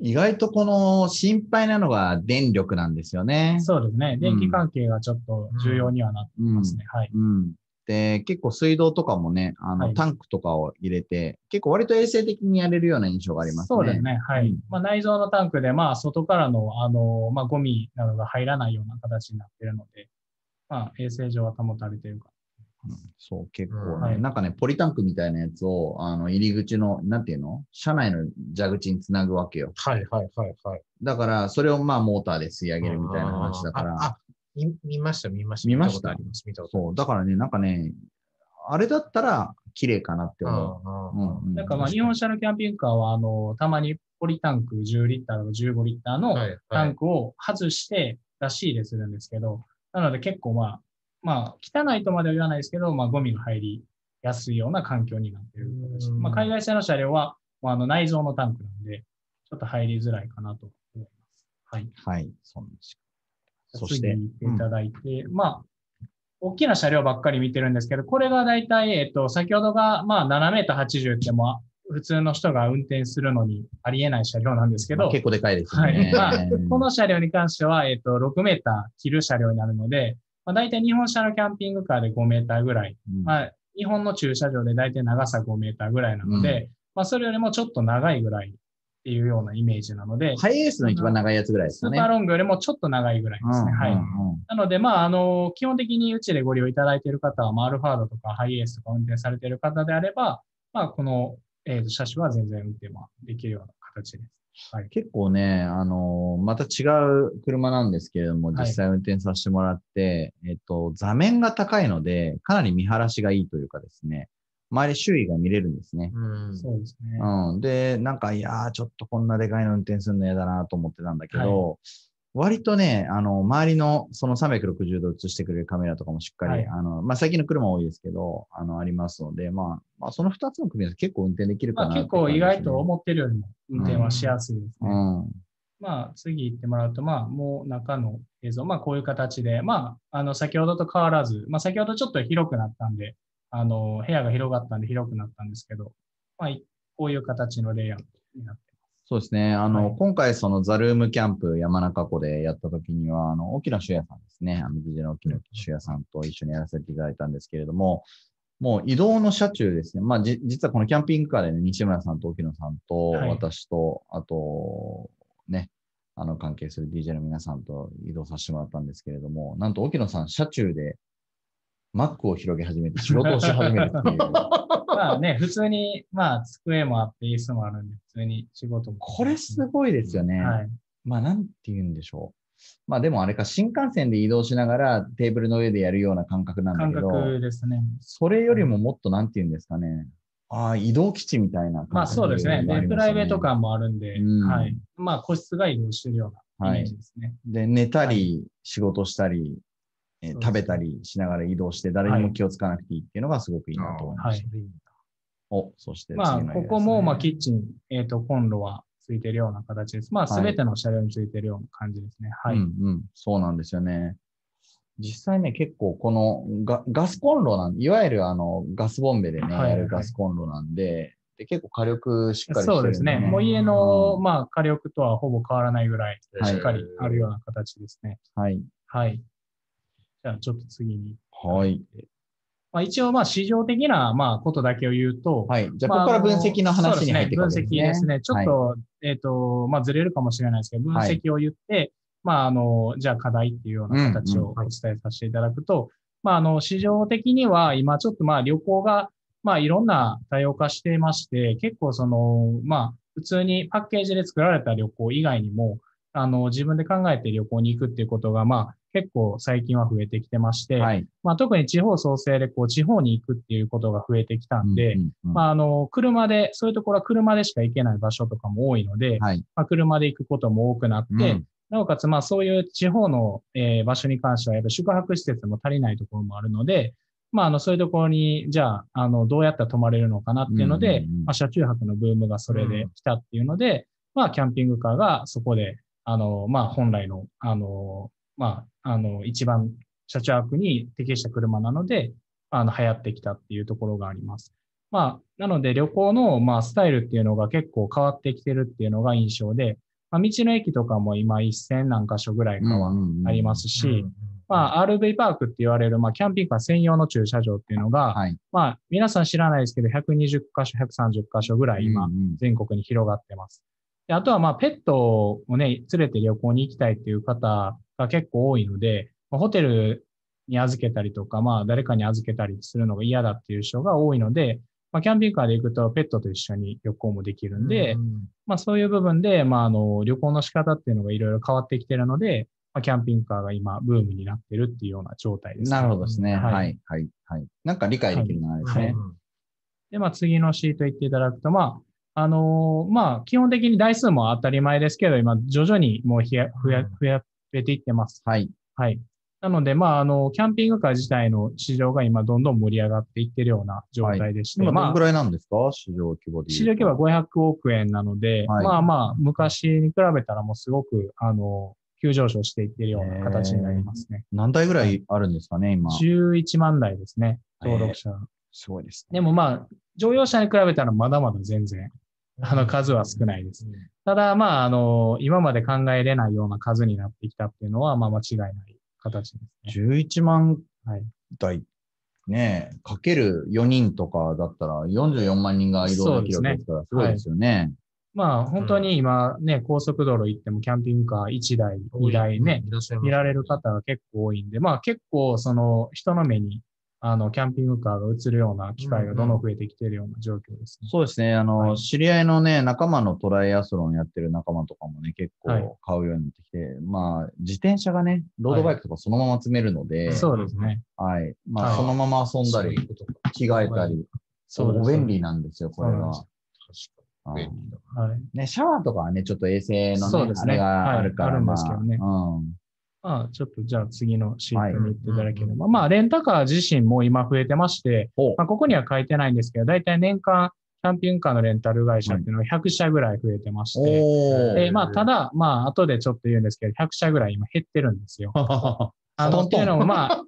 Speaker 3: 意外とこの心配なのが電力なんですよね
Speaker 5: ます。。そうですね。電気関係がちょっと重要にはなって
Speaker 3: うん
Speaker 5: ますね。はい。
Speaker 3: うん。で、結構水道とかもね、あの、
Speaker 5: はい
Speaker 3: タンクとかを入れて、結構割と衛生的にやれるような印象がありますね。
Speaker 5: そうです。ね。はい。
Speaker 3: うん
Speaker 5: まあ、内蔵のタンクで、まあ、外からの、あの、まあ、ゴミなどが入らないような形になっているので、まあ、衛生上は保たれているか
Speaker 3: そう、結構ね、
Speaker 1: うん
Speaker 5: はい
Speaker 3: なんかね、ポリタンクみたいなやつを、あの、入り口の、なんていうの車内の蛇口につなぐわけよ。
Speaker 1: はいはいはいはい。
Speaker 3: だから、それをまあ、モーターで吸い上げるみたいな話だか
Speaker 1: あーあ
Speaker 3: ら。
Speaker 1: あ見見ました見ました。
Speaker 3: 見ました
Speaker 1: 見たことあります。見たこと
Speaker 3: そう、だからね、なんかね、あれだったら、綺麗かなって思
Speaker 1: あ
Speaker 3: う。う
Speaker 1: ーあー
Speaker 3: んうん、
Speaker 5: なんかまあ
Speaker 1: 確かに
Speaker 5: 日本車のキャンピングカーは、あの、たまにポリタンク10リッターとか15リッターの
Speaker 1: はい
Speaker 5: タ
Speaker 1: は
Speaker 5: ン
Speaker 1: い。
Speaker 5: クを外して出し入れするんですけど、なので結構まあ、まあ、汚いとまでは言わないですけど、まあ、ゴミが入りやすいような環境になっている形。
Speaker 1: うん
Speaker 5: まあ、海外製の車両は、まあ、あの内蔵のタンクなんで、ちょっと入りづらいかなと思います。はい。
Speaker 3: はい、そうなんですよそし
Speaker 5: 次
Speaker 3: て、
Speaker 5: 行っていただいて、まあ、大きな車両ばっかり見てるんですけど、これが大体、えっと、先ほどが、まあ、7メーター80って、もう普通の人が運転するのにありえない車両なんですけ
Speaker 3: まあ
Speaker 5: ど、
Speaker 3: 結構でかいですよね。
Speaker 5: はい *laughs*
Speaker 3: うん
Speaker 5: この車両に関しては、えっと、6メーター切る車両になるので、まあ、大体日本車のキャンピングカーで5メーターぐらい、
Speaker 3: うん
Speaker 5: まあ、日本の駐車場で大体長さ5メーターぐらいなので、
Speaker 3: う
Speaker 5: まあ、それよりもちょっと長いぐらいっていうようなイメージなので、
Speaker 3: ハイエースの一番長いやつぐらいです
Speaker 5: ス
Speaker 3: よ
Speaker 5: ー
Speaker 3: ね。
Speaker 5: パーロングよりもちょっと長いぐらいですね。はい。なので、まあ、あの、基本的にうちでご利用いただいている方は、まあ、アルファードとかハイエースとか運転されている方であれば、まあ、この、えーと車種は全然運転はできるような形です。
Speaker 3: 結構ね、あのーまた違う車なんですけれども、
Speaker 5: はい
Speaker 3: 実際運転させてもらって、えっと、座面が高いので、かなり見晴らしがいいというかですね、周り周囲が見れるんですね。
Speaker 1: うん。
Speaker 5: そうですね。
Speaker 3: うん。で、なんか、いやー、ちょっとこんなでかいの運転するの嫌だなと思ってたんだけど、割とね、あの、周りのその360度映してくれるカメラとかもしっかり、
Speaker 5: はい
Speaker 3: あの、まあ、最近の車多いですけど、あの、ありますので、まあ、まあ、その2つの組み合わせ結構運転できるか
Speaker 5: ま
Speaker 3: な
Speaker 5: あ、
Speaker 3: って
Speaker 5: 結構意外と
Speaker 3: 感
Speaker 5: 思ってるよりも運転はしやす
Speaker 3: じ
Speaker 5: いですね。
Speaker 3: ですねうん。
Speaker 5: まあ、次行ってもらうと、まあ、もう中の映像、まあ、こういう形で、まあ、あの、先ほどと変わらず、まあ、先ほどちょっと広くなったんで、あの、部屋が広がったんで広くなったんですけど、まあ、いこういう形のレイアウトになって
Speaker 3: そうですね。あの、
Speaker 5: はい
Speaker 3: 今回、そのザルームキャンプ山中湖でやった時には、あの、沖野修也さんですね。あの、DJ の沖野修也さんと一緒にやらせていただいたんですけれども、もう移動の車中ですね。まあ、じ、実はこのキャンピングカーでね、西村さんと沖野さんと、
Speaker 5: はい
Speaker 3: 私と、あと、ね、あの、関係する DJ の皆さんと移動させてもらったんですけれども、なんと沖野さん、車中で、マックを広げ始めて仕事をし始めるって
Speaker 5: *laughs*
Speaker 3: いう。
Speaker 5: まあね、普通に、まあ、机もあって、椅子もあるんで、普通に仕事も。
Speaker 3: これすごいですよね。
Speaker 5: はい。
Speaker 3: まあ、なんて言うんでしょう。まあ、でもあれか、新幹線で移動しながらテーブルの上でやるような感覚なんだ
Speaker 5: 感
Speaker 3: けど、
Speaker 5: 覚ですね。
Speaker 3: それよりももっとなんて言うんですかね。ああ、移動基地みたいな感覚
Speaker 5: まあ、そうですね。
Speaker 3: があ
Speaker 5: で、
Speaker 3: り
Speaker 5: プ
Speaker 3: ますよ
Speaker 5: ライベート感もあるんで、
Speaker 3: うん
Speaker 5: はい。まあ、個室が移動してるようなイメージですね。
Speaker 3: で、寝たり、仕事したり、えー
Speaker 1: そうです
Speaker 3: 食べたりしながら移動して、誰にも気をつかなくていいっていうのがすごくいいなと思いま
Speaker 5: はい
Speaker 3: した。お、そして次の
Speaker 5: ま
Speaker 3: 絵
Speaker 5: あ、
Speaker 3: ですね
Speaker 5: ここも、まあ、キッチン、えっ、と、コンロはついてるような形です。まあ、
Speaker 3: はい
Speaker 5: すべての車両についてるような感じですね。はい。
Speaker 3: うんうん、そうなんですよね。実際ね、結構このガガスコンロなん、いわゆるあのガスボンベでね、
Speaker 5: はいはい
Speaker 3: やるガスコンロなんで、で結構火力しっかりしてる
Speaker 5: そ
Speaker 3: ん
Speaker 5: うですね。もう家の、まあ、火力とはほぼ変わらないぐらい、
Speaker 3: はい
Speaker 5: しっかりあるような形ですね。
Speaker 3: はい。
Speaker 5: はい。じゃあ、ちょっと次に。
Speaker 3: はい。
Speaker 5: まあ、一応、まあ、市場的な、まあ、ことだけを言うと、
Speaker 3: はい。じゃあ、
Speaker 5: まあ
Speaker 3: ここから分析の
Speaker 5: あ
Speaker 3: 話
Speaker 5: そう
Speaker 3: に入っていくわけ
Speaker 5: ですね。分析ですね。ちょっと、えっ、と、まあ、ずれるかもしれないですけど、分
Speaker 3: はい
Speaker 5: 析を言って、まあ、あの、じゃあ課題っていうような形をお伝えさせていただくと、まあ、あの、市場的には、今ちょっとまあ、旅行が、まあ、いろんな多様化していまして、結構その、まあ、普通にパッケージで作られた旅行以外にも、あの、自分で考えて旅行に行くっていうことが、まあ、結構最近は増えてきてまして、
Speaker 3: はい。
Speaker 5: まあ、特に地方創生で、こう、地方に行くっていうことが増えてきたんで、
Speaker 3: うんうんうん
Speaker 5: まあ、あの、車で、そういうところは車でしか行けない場所とかも多いので、
Speaker 3: はい。
Speaker 5: まあ、車で行くことも多くなって、
Speaker 3: うん
Speaker 5: なおかつ、まあ、そういう地方の、えー場所に関しては、やっぱ宿泊施設も足りないところもあるので、まあ、あの、そういうところに、じゃあ、あの、どうやったら泊まれるのかなっていうの
Speaker 3: う
Speaker 5: で、
Speaker 3: んうんうん
Speaker 5: まあ、車中泊のブームがそれで来たっていうので、まあ、キャンピングカーがそこで、あの、まあ、本来の、あの、まあ、あの、一番車中泊に適した車なので、あの、流行ってきたっていうところがあります。まあ、なので旅行の、まあ、スタイルっていうのが結構変わってきてるっていうのが印象で、まあ、道の駅とかも今1000何箇所ぐらいかは
Speaker 3: うんうんうん
Speaker 5: ありますし、
Speaker 1: うん
Speaker 5: まあ、RV パークって言われる、まあ、キャンピングカー専用の駐車場っていうのが、
Speaker 3: はい。
Speaker 5: まあ、皆さん知らないですけど、120箇所、130箇所ぐらい今、
Speaker 3: うんうん
Speaker 5: 全国に広がってます。であとは、まあ、ペットをね、連れて旅行に行きたいっていう方が結構多いので、まあホテルに預けたりとか、まあ、誰かに預けたりするのが嫌だっていう人が多いので、まあ、キャンピングカーで行くとペットと一緒に旅行もできるんで、
Speaker 1: うん
Speaker 5: まあ、そういう部分で、まあ、あの、旅行の仕方っていうのがいろいろ変わってきてるので、まあ、キャンピングカーが今、ブームになってるっていうような状態ですね、
Speaker 3: なるほどですね。
Speaker 5: はい
Speaker 3: はい、はい、はい。なんか理解できるなです
Speaker 5: はい
Speaker 3: ね。
Speaker 5: で、まあ、次のシート行っていただくと、まあ、あのーまあ、基本的に台数も当たり前ですけど、今、徐々にもうひや増や
Speaker 1: うん
Speaker 5: 増や増えていってます。
Speaker 3: はい。
Speaker 5: はい。なので、まあ、あの、キャンピングカー自体の市場が今、どんどん盛り上がっていってるような状態でして、
Speaker 3: 今ど
Speaker 5: ま
Speaker 3: の
Speaker 5: あ
Speaker 3: ぐ、らいなんですか市場規模で
Speaker 5: 市
Speaker 3: 言う
Speaker 5: 場規
Speaker 3: と。
Speaker 5: 模は500億円なので、
Speaker 3: はい
Speaker 5: まあまあ、昔に比べたらもうすごく、あの、急上昇していってるような形になりますね。
Speaker 3: 何台ぐらいあるんですかね今。
Speaker 5: 11万台ですね、登録者。
Speaker 3: すごいです
Speaker 5: でもまあ、乗用車に比べたらまだまだ全然、あの数は少ないです。ただまあ、あの、今まで考えれないような数になってきたっていうのは、まあ間違いない形ですね。
Speaker 3: 11万
Speaker 5: はい
Speaker 3: 台。ねえ、かける4人とかだったら44万人が移動できるわけですから、す
Speaker 5: そう
Speaker 3: ごい
Speaker 5: で
Speaker 3: ですよね。
Speaker 5: まあ本当に今ね、高速道路行ってもキャンピングカー1台、2台ね、、
Speaker 1: いらっしゃいます
Speaker 5: 見られる方が結構多いんで、まあ結構その人の目に、あの、キャンピングカーが映るような機会がどんどん増えてきてるような状況ですね。
Speaker 3: そうですね。あの、
Speaker 5: はい
Speaker 3: 知り合いのね、仲間のトライアスロンやってる仲間とかもね、結
Speaker 5: はい
Speaker 3: 構買うようになってきて、まあ、自転車がね、ロードバイクとかそのまま積めるの
Speaker 1: う
Speaker 3: で、は
Speaker 1: ん
Speaker 3: い。
Speaker 5: そうですね。
Speaker 3: まあ、
Speaker 5: はい
Speaker 3: そのまま遊んだ
Speaker 1: そうい
Speaker 3: り、
Speaker 1: うことか
Speaker 3: 着替えたり、
Speaker 5: そうですね
Speaker 3: 便利なんですよ、これ
Speaker 5: そうなん
Speaker 3: が
Speaker 5: です。
Speaker 3: あ
Speaker 1: 確かに
Speaker 3: ー
Speaker 1: 便利だ。
Speaker 5: はい。
Speaker 3: ね、シャワーとかはね、ちょっと衛生
Speaker 5: そ
Speaker 3: の
Speaker 5: う
Speaker 3: ね
Speaker 5: で、
Speaker 3: あ
Speaker 5: すね
Speaker 3: れがあるから、
Speaker 5: はいあるん
Speaker 3: ま
Speaker 5: で
Speaker 3: あ
Speaker 5: すけどね
Speaker 3: うん。
Speaker 5: まあ、ちょっとじゃあ次のシ
Speaker 3: は
Speaker 5: ー
Speaker 3: い
Speaker 5: トに行っていただければ。まあ、レンタカー自身も今増えてまして、
Speaker 3: ほう
Speaker 5: まあ、ここには書いてないんですけど、だいたい年間、キャンピングカーのレンタル会社っていうのが100社ぐらい増えてまして、
Speaker 3: お
Speaker 5: で、
Speaker 3: ー。
Speaker 5: まあ、ただ、まあ、後でちょっと言うんですけど、100社ぐらい今減ってるんで
Speaker 3: *laughs*
Speaker 5: すよ。あ
Speaker 3: トント
Speaker 5: の、
Speaker 3: ン
Speaker 5: っていうのも、まあ、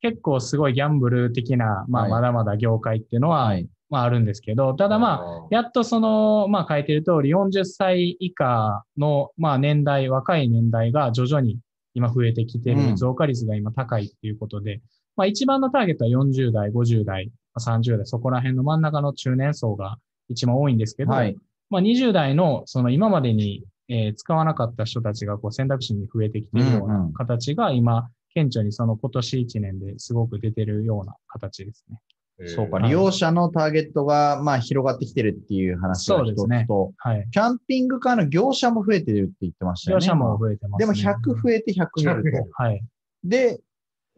Speaker 5: 結構すごいギャンブル的な、ま
Speaker 3: は
Speaker 5: あ、
Speaker 3: い
Speaker 5: まだまだ業界っていうのは、
Speaker 3: はい。
Speaker 5: まあ、あるんですけど、ただまあ、
Speaker 1: あ
Speaker 5: やっとその、まあ書いてる通り、40歳以下の、まあ年代、若い年代が徐々に今増えてきてる、
Speaker 3: うん
Speaker 5: 増加率が今高いっていうことで、まあ一番のターゲットは40代、50代、まあ30代、そこら辺の真ん中の中年層が一番多いんですけど、
Speaker 3: はい。
Speaker 5: まあ20代のその今までに、えー使わなかった人たちがこう選択肢に増えてきている
Speaker 3: う
Speaker 5: よう
Speaker 3: ん
Speaker 5: な
Speaker 3: うん
Speaker 5: 形が今、顕著にその今年1年ですごく出てるような形ですね。
Speaker 1: ー
Speaker 3: そうか、
Speaker 5: はい
Speaker 3: 利用者のターゲットが、まあ、広がってきてるっていう話が
Speaker 5: そう
Speaker 3: 一
Speaker 5: で
Speaker 3: つと、
Speaker 5: すねはい。
Speaker 3: キャンピングカーの業者も増えてるって言ってましたよ
Speaker 5: 両
Speaker 3: ね。
Speaker 5: 者も増えてます、
Speaker 3: で
Speaker 5: ね。
Speaker 3: も100増えて100増えると。
Speaker 5: はい。
Speaker 3: で、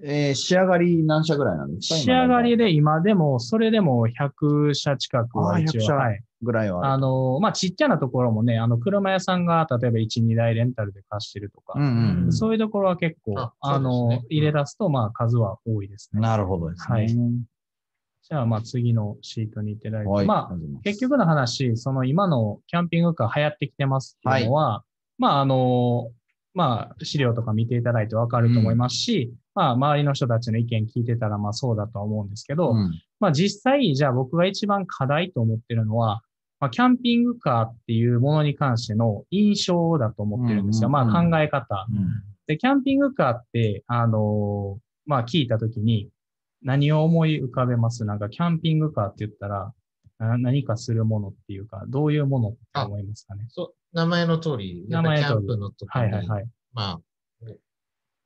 Speaker 3: えー仕上がり何社ぐらいなんですか
Speaker 5: 仕上がり
Speaker 3: 今
Speaker 5: で今でも、それでも100社近くは
Speaker 3: あー100
Speaker 5: 一応、
Speaker 3: 社
Speaker 5: はい。
Speaker 3: ぐらいはあ
Speaker 5: あ
Speaker 3: る。
Speaker 5: の、まあ、ちっちゃなところもね、あの、車屋さんが、例えば1、2台レンタルで貸してると
Speaker 3: う
Speaker 5: か、
Speaker 3: んうん
Speaker 5: そういうところは結構、あ
Speaker 1: あそうですね
Speaker 5: の、
Speaker 1: うん
Speaker 5: 入れ出すと、まあ、数は多いです
Speaker 3: うん。
Speaker 5: ね。
Speaker 3: なるほどですね。
Speaker 5: はいじゃあ、まあ、次のシートに行っていただいて、
Speaker 3: はい。
Speaker 5: まあ、結局の話、その今のキャンピングカー流行ってきてますっていうのは、まああの、まあ資料とか見ていただいてわかると思いますし、まあ周りの人たちの意見聞いてたらまあそうだとは思うんですけど、
Speaker 3: うん
Speaker 5: まあ実際、じゃあ僕が一番課題と思ってるのは、まあ、キャンピングカーっていうものに関しての印象だと思ってるんですよ。
Speaker 3: うんうんうん
Speaker 5: まあ考え方。
Speaker 3: うん
Speaker 5: で、キャンピングカーって、あのーまあ聞いたときに、何を思い浮かべますなんか、キャンピングカーって言ったら、な何かするものっていうか、どういうものって思いますかね。
Speaker 1: そう名前の通り、やっぱりキャンプの時に、
Speaker 5: はいはいはい。
Speaker 1: まあ、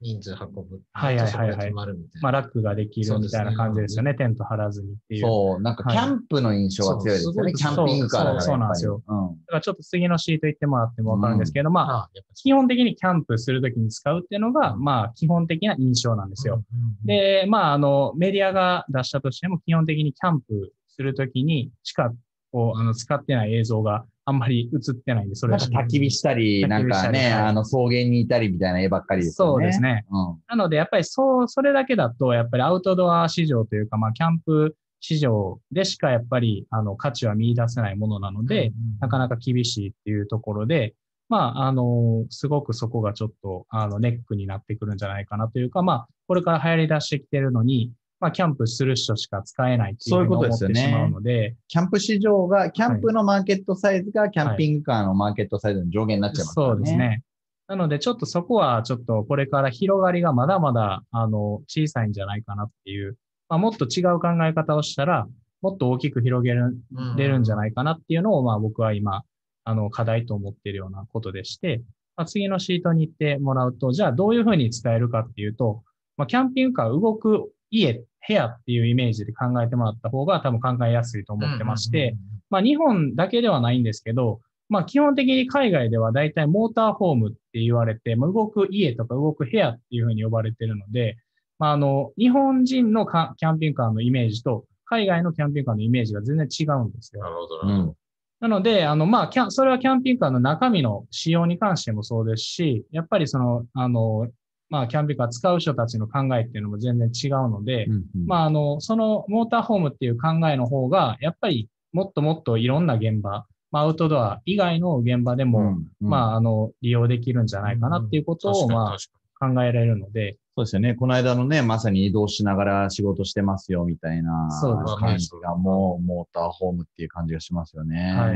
Speaker 1: 人数運ぶ。
Speaker 5: はいはいはいはい
Speaker 1: そこで泊まるみたい
Speaker 5: まあ、
Speaker 1: な。
Speaker 5: ラックができるみたいな感じですよね。テント張らずにっていう。
Speaker 3: そう、なんか
Speaker 5: はい
Speaker 3: キャンプの印象が強いですよね。キ
Speaker 1: そう
Speaker 3: ャンピングカーだからやっぱり。
Speaker 5: そうそうなんですよ
Speaker 3: うん。
Speaker 5: だからちょっと次のシート行ってもらってもわかるんですけど、まあ、
Speaker 1: ああ、やっぱ
Speaker 5: 基本的にキャンプするときに使うっていうのが、まあ、基本的な印象なんですよ。
Speaker 1: うんうんうん、
Speaker 5: で、まあ、あの、メディアが出したとしても、基本的にキャンプするときにしか、こう、あの、使ってない映像があんまり映ってないんで、それ
Speaker 3: なんか焚き火したり、
Speaker 5: 焚き火した
Speaker 3: なんか
Speaker 5: り
Speaker 3: ね、
Speaker 5: はい
Speaker 3: あの草原にいたりみたいな絵ばっかりです
Speaker 5: そ
Speaker 3: よ
Speaker 5: うで
Speaker 3: ね。
Speaker 5: す
Speaker 3: ね。
Speaker 5: ね。
Speaker 3: うん。
Speaker 5: なので、やっぱりそう、それだけだと、やっぱりアウトドア市場というか、まあ、キャンプ市場でしか、やっぱり、あの、価値は見出せないものなので、なかなか厳しいっていうところで、まあ、あの、すごくそこがちょっと、あの、ネックになってくるんじゃないかなというか、まあ、これから流行り出してきてるのに、まあ、キャンプする人しか使えないっていうふうに思ってしまうので、
Speaker 3: キャンプ市場が、キャンプのマーケットサイズが、キャンピングカーのマーケットサイズの上限になっちゃいますから
Speaker 5: そうです。ね。なので、ちょっとそこは、ちょっとこれから広がりがまだまだ、あの、小さいんじゃないかなっていう、まあ、もっと違う考え方をしたら、もっと大きく広げる
Speaker 1: うん
Speaker 5: 出るんじゃないかなっていうのを、まあ僕は今、あの、課題と思ってるようなことでして、まあ、次のシートに行ってもらうと、じゃあどういうふうに伝えるかっていうと、まあ、キャンピングカー動く家、部屋っていうイメージで考えてもらった方が多分考えやすいと思ってまして、まあ、日本だけではないんですけど、まあ、基本的に海外では大体モーターホームって言われて、まあ、動く家とか動く部屋っていうふうに呼ばれてるので、まあ、あの、日本人のかキャンピングカーのイメージと、海外のキャンピングカーのイメージが全然違うんですよ
Speaker 1: な。るほど
Speaker 3: う
Speaker 1: な。
Speaker 3: ん。
Speaker 5: なので、あの、まあ、キャン、それはキャンピングカーの中身の仕様に関してもそうですし、やっぱりその、あの、まあ、キャンピングカー使う人たちの考えっていうのも全然違うので、ま
Speaker 3: あ、
Speaker 5: あ、あの、そのモーターホームっていう考えの方が、やっぱりもっともっといろんな現場、まあ、アウトドア以外の現場でも、まあ、あの、利用できるんじゃないかなっていうこと
Speaker 1: 確
Speaker 5: を、
Speaker 1: かに
Speaker 5: ま
Speaker 1: 確か
Speaker 5: あ、考えられるので、
Speaker 3: そうですよね。この間のね、まさに移動しながら仕事してますよ、みたいな
Speaker 5: そうです
Speaker 1: ね
Speaker 3: 感じが、もうモーターホームっていう感じがしますよね。
Speaker 5: は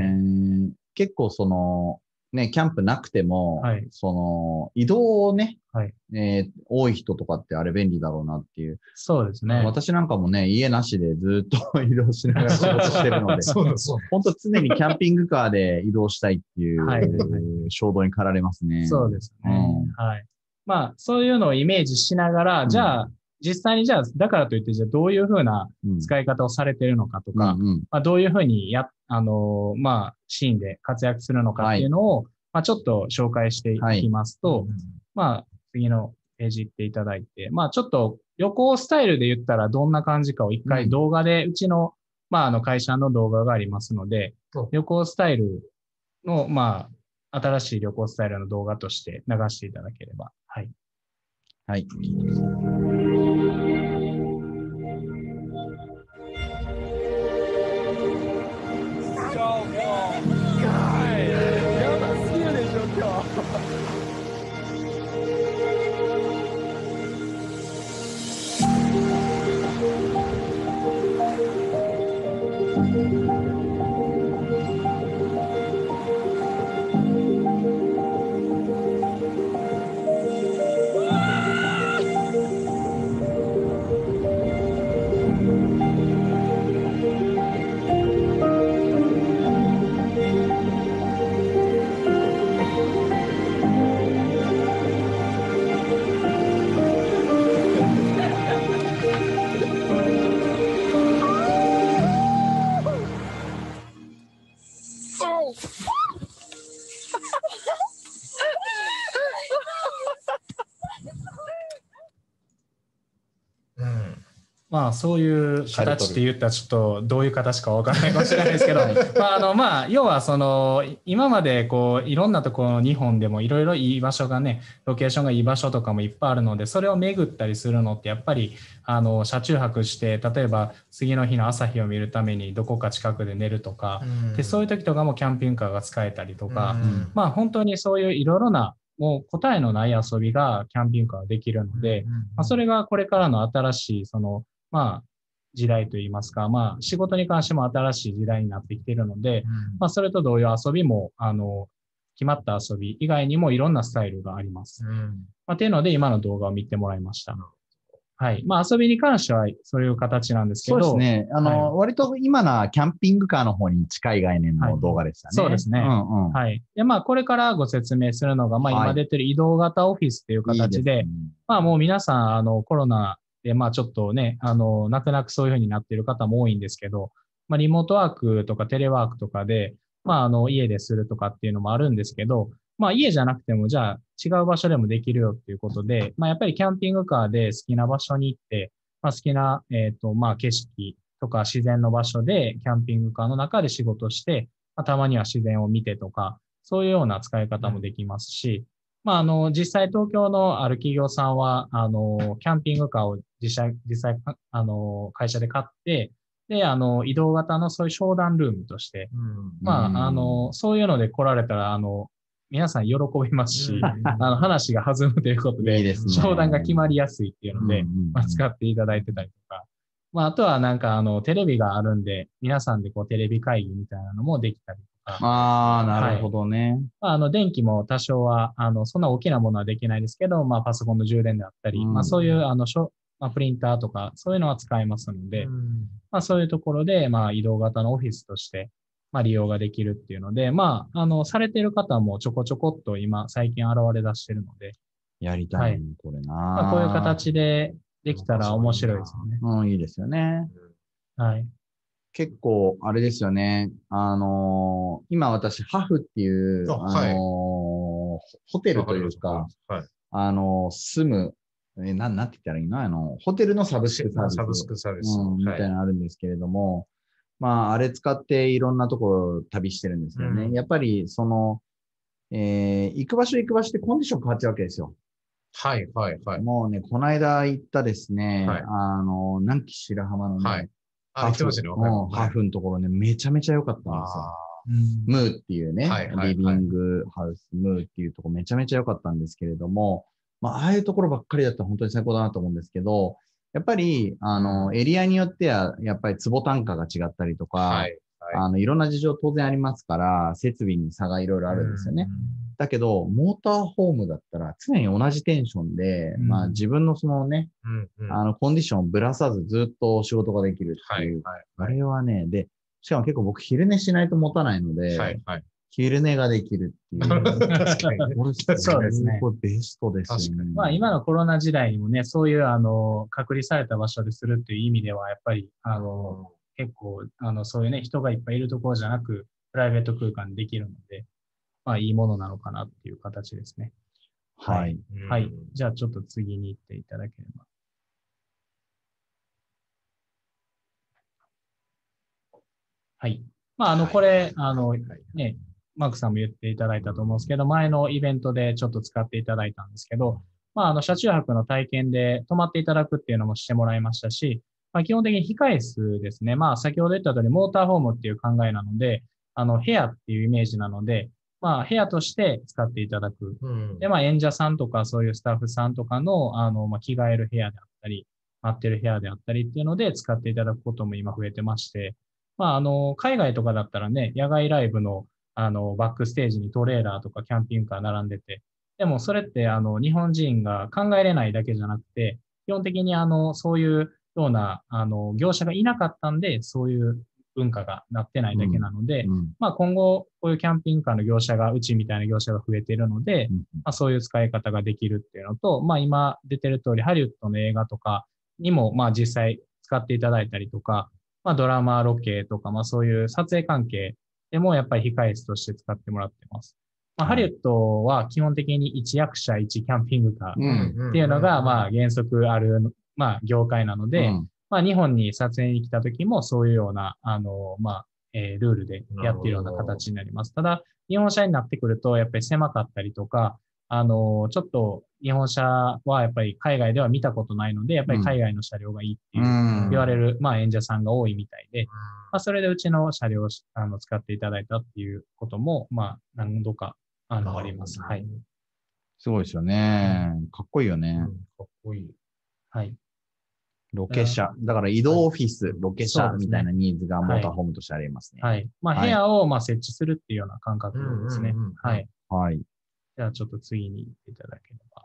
Speaker 3: 結構その、ね、キャンプなくても、
Speaker 5: はい
Speaker 3: その、移動をね、
Speaker 5: はい
Speaker 3: えー多い人とかってあれ便利だろうなっていう。
Speaker 5: そうですね。
Speaker 3: 私なんかもね、家なしでずっと *laughs* 移動しながら仕事してるので
Speaker 5: *laughs*
Speaker 1: に。、そうだそうだ。
Speaker 3: 本当常にキャンピングカーで移動したいっていう、
Speaker 5: はい
Speaker 3: 衝動に駆られますね。
Speaker 5: そうですね。
Speaker 3: う
Speaker 5: はい。まあ、そういうのをイメージしながら、じゃあ、実際にじゃあ、だからといって、じゃあどういうふうな
Speaker 3: うん
Speaker 5: 使い方をされてるのかと
Speaker 3: うん
Speaker 5: か、
Speaker 3: うん
Speaker 5: まあ、どういうふうにや、あのーまあ、シーンで活躍するのかっていうのを、まあ、ちょっと紹介していきますと、
Speaker 1: うん
Speaker 5: まあ、次のページ行っていただいて、まあ、ちょっと旅行スタイルで言ったらどんな感じかを一
Speaker 3: う
Speaker 5: 回
Speaker 3: ん
Speaker 5: 動画で、うちの、まあ、あの会社の動画がありますので
Speaker 1: そう、
Speaker 5: 旅行スタイルの、まあ、新しい旅行スタイルの動画として流していただければ。はい。
Speaker 3: はい。
Speaker 1: うん。
Speaker 5: まあ、そういう形って言ったら、ちょっとどういう形かわからないかもしれないですけど、 *laughs* まあ、あの、まあ、要は、その、い今まで、こう、いろんなところ、日本でもいろいろいい場所がね、ロケーションがいい場所とかもいっぱいあるので、それを巡ったりするのって、やっぱり、あの、車中泊して、例えば、次の日の朝日を見るために、どこか近くで寝るとか、で、そういう
Speaker 1: う
Speaker 5: 時とかもキャンピングカーが使えたりと
Speaker 1: と
Speaker 5: か、
Speaker 3: ん
Speaker 5: まあ、本当にそういういろいろな、もう答えのない遊びがキャンピングカーはできるので、、まあ、そ
Speaker 1: れ、
Speaker 5: れがこれからの新しい、その、まあ、時代といいますか、まあ、仕事に関しても新しい時代になってきているので、まあ、それと同様遊びも、あの、決まった遊び以外にもいろんなスタイルがあります。
Speaker 1: うん
Speaker 5: まあ、というので、今の動画を見てもらいました。はい。まあ、遊びに関しては、そういう形なんですけ
Speaker 3: そう
Speaker 5: ど、
Speaker 3: ですね。あの、割と今なキャンピングカーの方に近い概念
Speaker 5: はい
Speaker 3: の動画でしたね。
Speaker 5: そうですね
Speaker 3: うんうん。
Speaker 5: はい。で、まあ、これからご説明するのが、まあ、
Speaker 3: は
Speaker 5: 今
Speaker 3: い
Speaker 5: 出てる移動型オフィスっていう
Speaker 3: いいす
Speaker 5: 形で、
Speaker 3: ね
Speaker 5: まあもう皆さん、あの、コロナで、まあちょっとね、あの、泣く泣くそういうふうになってる方も多いんですけど、まあリモートワークとかテレワークとかで、まああの、家でするとかっていうのもあるんですけど、まあ家じゃなくても、じゃあ違う場所でもできるよっていうことで、まあやっぱりキャンピングカーで好きな場所に行って、まあ好きな、えっ、と、まあ景色とか自然の場所で、キャンピングカーの中で仕事して、まあたまには自然を見てとか、そういうような使い方もできますし、まあ、あの、実際東京のある企業さんは、あの、キャンピングカーを実際、実際、かあの、会社で買って、で、あの、移動型のそういう商談ルームとして、
Speaker 1: うん
Speaker 5: ま
Speaker 3: うん
Speaker 5: あ、あの、そういうので来られたら、あの、皆さん喜びますし、
Speaker 3: *laughs*
Speaker 5: あの、話が弾むということ
Speaker 3: いい
Speaker 5: で、
Speaker 3: ですね。
Speaker 5: 商談が決まりやすいっていうので
Speaker 3: うん、うんうん
Speaker 5: まあ、使っていただいてたりとか、まあ、あとはなんか、あの、テレビがあるんで、皆さんでこう、テレビ会議みたいなのもできたりとか、
Speaker 3: ああ、なるほどね。
Speaker 5: まあ、あの、電気も多少は、あの、そんな大きなものはできないですけど、まあ、パソコンの充電であったり、
Speaker 3: うん
Speaker 5: まあ、そういう、あの、しょまあ、プリンターとか、そういうのは使えますので、
Speaker 1: うん
Speaker 5: まあ、そういうところで、まあ、移動型のオフィスとして、まあ、利用ができるっていうので、まあ、あの、されてる方もちょこちょこっと今、最近現れ出してるので、
Speaker 3: やりたい、
Speaker 5: はい
Speaker 3: これな、
Speaker 5: まあ、こういう形でできたら面白いですよね。
Speaker 3: うん、いいですよね。
Speaker 5: はい。
Speaker 3: 結構、あれですよね。あのー今私、ハフっていう、
Speaker 1: あ
Speaker 3: あのー
Speaker 1: はい
Speaker 3: ホテルというか、、
Speaker 1: はい。
Speaker 3: あのー住む、え、なん、なんて言ったらいいのあの、ホテルのサブスクサービス。
Speaker 1: サブスクサービス。
Speaker 3: うん、みた
Speaker 1: はいい
Speaker 3: なのあるんですけれども、まあ、あれ使っていろんなところ旅してるんですけどね、
Speaker 1: うん
Speaker 3: やっぱり、その、えー行く場所行く場所ってコンディション変わっちゃうわけですよ。
Speaker 1: はい、はい、はい。
Speaker 3: もうね、この間行ったですね、
Speaker 1: はい
Speaker 3: あの、南紀白浜のね、
Speaker 1: はいあ、
Speaker 3: ハ
Speaker 1: 言
Speaker 3: ー
Speaker 1: って
Speaker 3: フ
Speaker 1: ましたね。
Speaker 3: う
Speaker 1: 若い
Speaker 3: ん
Speaker 1: 子
Speaker 3: ハーフのところね、めちゃめちゃ良かったんですよ。ムーっていうね、
Speaker 1: はいはいはい
Speaker 3: リビングハウス、ムーっていうとこめちゃめちゃ良かったんですけれども、まあ、ああいうところばっかりだったら本当に最高だなと思うんですけど、やっぱり、あの、エリアによっては、やっぱり坪単価が違ったりとか、
Speaker 1: あーはい。
Speaker 3: あの、いろんな事情当然ありますから、設備に差がいろいろあるんですよね。だけど、モーターホームだったら常に同じテンションで、
Speaker 5: うん
Speaker 3: まあ自分のそのね、
Speaker 1: うん。うん、うん。
Speaker 3: あの、コンディションをぶらさずずっと仕事ができるっ
Speaker 1: は
Speaker 3: て
Speaker 1: い、
Speaker 3: いう。
Speaker 1: は
Speaker 3: あれはね、で、しかも結構僕昼寝しないと持たないの
Speaker 1: い。
Speaker 3: で、
Speaker 1: はい、はい。
Speaker 3: 昼寝ができるっていう。
Speaker 1: *laughs* 確かにね。
Speaker 3: これ
Speaker 5: そうですね
Speaker 3: これベストですよ
Speaker 1: 確か
Speaker 3: ね。
Speaker 5: まあ今のコロナ時代にもね、そういうあの、隔離された場所でするっていう意味では、やっぱり、あの、結構、あの、そういうね、人がいっぱいいるところじゃなく、プライベート空間にできるので、まあいいものなのかなっていう形ですね。
Speaker 3: はい。
Speaker 1: うん
Speaker 5: はい。じゃあちょっと次に行っていただければ。はい。まああの、これ、あの、ね、マークさんも言っていただいたと思うんですけど、前のイベントでちょっと使っていただいたんですけど、まあ、あの、車中泊の体験で泊まっていただくっていうのもしてもらいましたし、まあ、基本的に控え室ですね。まあ、先ほど言った通り、モーターホームっていう考えなので、あの、部屋っていうイメージなので、まあ、部屋として使っていただく
Speaker 1: うん
Speaker 5: で、まあ、演者さんとか、そういうスタッフさんとかの、あの、まあ、着替える部屋であったり、待ってる部屋であったりっていうので、使っていただくことも今増えてまして、まあ、あの、海外とかだったらね、野外ライブの、あの、バックステージにトレーラーとかキャンピングカー並んでて、でもそれって、あの、日本人が考えれないだけじゃなくて、基本的に、あの、そういうような、あの、業者がいなかったんで、そういう文化がなってないだけなので、
Speaker 3: うん
Speaker 5: まあ、今後、こういうキャンピングカーの業者が、うちみたいな業者が増えているので、
Speaker 3: うん
Speaker 5: まあ、そういう使い方ができるっていうのと、まあ、今出てる通り、ハリウッドの映画とかにも、まあ、実際使っていただいたりとか、まあ、ドラマ、ロケとか、まあ、そういう撮影関係でも、やっぱり控え室として使ってもらってます。まあ、ハリウッドは基本的に1役者1キャンピングカ
Speaker 3: う
Speaker 5: ー
Speaker 3: ん。
Speaker 5: っていうのが、ま
Speaker 1: あ
Speaker 5: あ、、原則ある、まあ、業界なので、
Speaker 3: うん
Speaker 5: まあ、日本に撮影に来た時も、そういうような、あの、まあ、えールールでやってるような形になります。ただ、日本車になってくると、やっぱり狭かったりとか、あの、ちょっと日本車はやっぱり海外では見たことないので、やっぱり海外の車両がいいっていう、
Speaker 3: うん
Speaker 5: 言われる、まあ、演者さんが多いみたいで、まあ、それでうちの車両をあの使っていただいたっていうことも、まあ、何度か、あの、あります。はい。
Speaker 3: すごいですよね。かっこいいよ
Speaker 1: うん
Speaker 3: ね。
Speaker 1: かっこいい。
Speaker 5: はい。
Speaker 3: ロケ車。だから移動オフィス、ロケ車
Speaker 5: そうですね
Speaker 3: みたいなニーズがモーターホームとしてありますね。
Speaker 5: はい。まあ、
Speaker 3: は
Speaker 5: 部
Speaker 3: い
Speaker 5: 屋を、まあ、設置するっていうような感覚ですね
Speaker 1: うんうんうんうん。
Speaker 5: はい。
Speaker 3: はい。
Speaker 5: じゃあちょっと次に行っていただければ。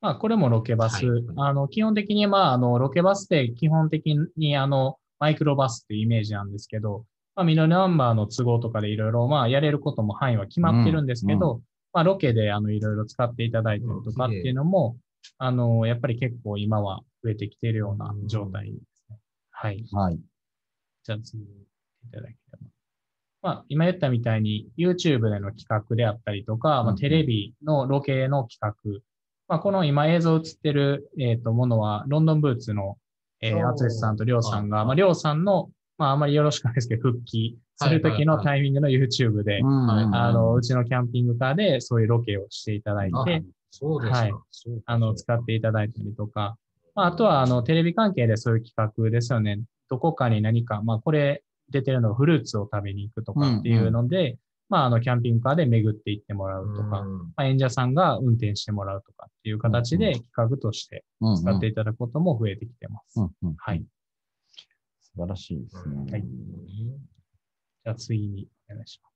Speaker 5: まあ、これもロケバス。
Speaker 1: はい
Speaker 5: あの、基本的に、まあ、あの、ロケバスって基本的に、あの、マイクロバスっていうイメージなんですけど、まあ、ミドルナンバーの都合とかでいろいろ、まあ、やれることも範囲は決まってるんですけど、まあ、ロケで、あの、いろいろ使っていただいてるとかっていうのも、あの、やっぱり結構今は増えてきているような状態ですね。はい。
Speaker 3: はい。
Speaker 5: じゃあ次にいただければ。まあ、今言ったみたいに YouTube での企画であったりとか、
Speaker 3: うんう
Speaker 5: まあ、
Speaker 3: ん
Speaker 5: テレビのロケの企画。まあ、この今映像映ってる、えっとものは、ロンドンブーツの、え
Speaker 1: お
Speaker 5: ー、
Speaker 1: ー
Speaker 5: アツさんとりょうさん
Speaker 1: あ
Speaker 5: が、まあ、りょうさんの、まあ、あんまりよろしくないですけど、復帰する時のタイミングの YouTube で、
Speaker 3: うん
Speaker 5: あの、うちのキャンピングカーでそういうロケをしていただい
Speaker 1: あ
Speaker 5: て、
Speaker 1: そうです
Speaker 5: はい
Speaker 1: か。そうか
Speaker 5: あの、使っていただいたりとか、まあ、あとは、あの、テレビ関係でそういう企画ですよね。どこかに何か、まあ、これ出てるのはフルーツを食べに行くとかっていうので、まあ、あの、キャンピングカーで巡って行ってもらうとか、ま
Speaker 1: うん
Speaker 5: あ、演者さんが運転してもらうとかっていう形で企画として使っていただくことも増えてきてます。は
Speaker 3: はいい。。素晴らしいですね。
Speaker 5: はいじゃあ次にお願いします。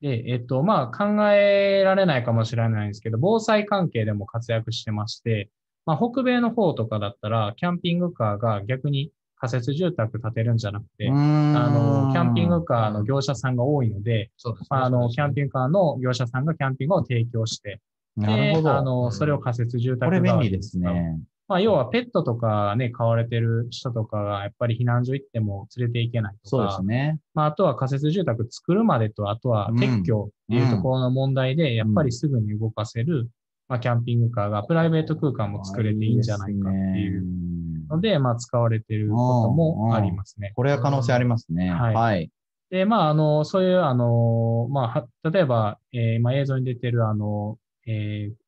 Speaker 5: で、えっと、まあ、考えられないかもしれないんですけど、防災関係でも活躍してまして、まあ、北米の方とかだったら、キャンピングカーが逆に仮設住宅建てるんじゃなくて、あの、キャンピングカーの業者さんが多いので、
Speaker 1: そうですね
Speaker 5: まあ、あの、キャンピングカーの業者さんがキャンピングを提供して、
Speaker 3: なるほ
Speaker 5: で
Speaker 3: ど。
Speaker 5: あの、それを仮設住宅
Speaker 3: これ
Speaker 5: 代
Speaker 3: 便
Speaker 5: わり
Speaker 3: 利で
Speaker 5: に
Speaker 3: すね。
Speaker 5: まあ、要はペットとかね、飼われてる人とかが、やっぱり避難所行っても連れて行けないと
Speaker 3: そうで
Speaker 5: か
Speaker 3: す、ね。
Speaker 5: まあ、あとは仮設住宅作るまでと、あとは撤去っていうところの問題で、やっぱりすぐに動かせる、まあ、キャンピングカーがプライベート空間も作れていいんじゃないかっていう
Speaker 3: う
Speaker 5: ので、まあ、使われてることもありますね。
Speaker 3: これは可能性ありますね。
Speaker 5: はい
Speaker 3: はい。
Speaker 5: で、まあ、あの、そういう、あの、まあは、例えば、えーまあ、映像に出てる、あの、えー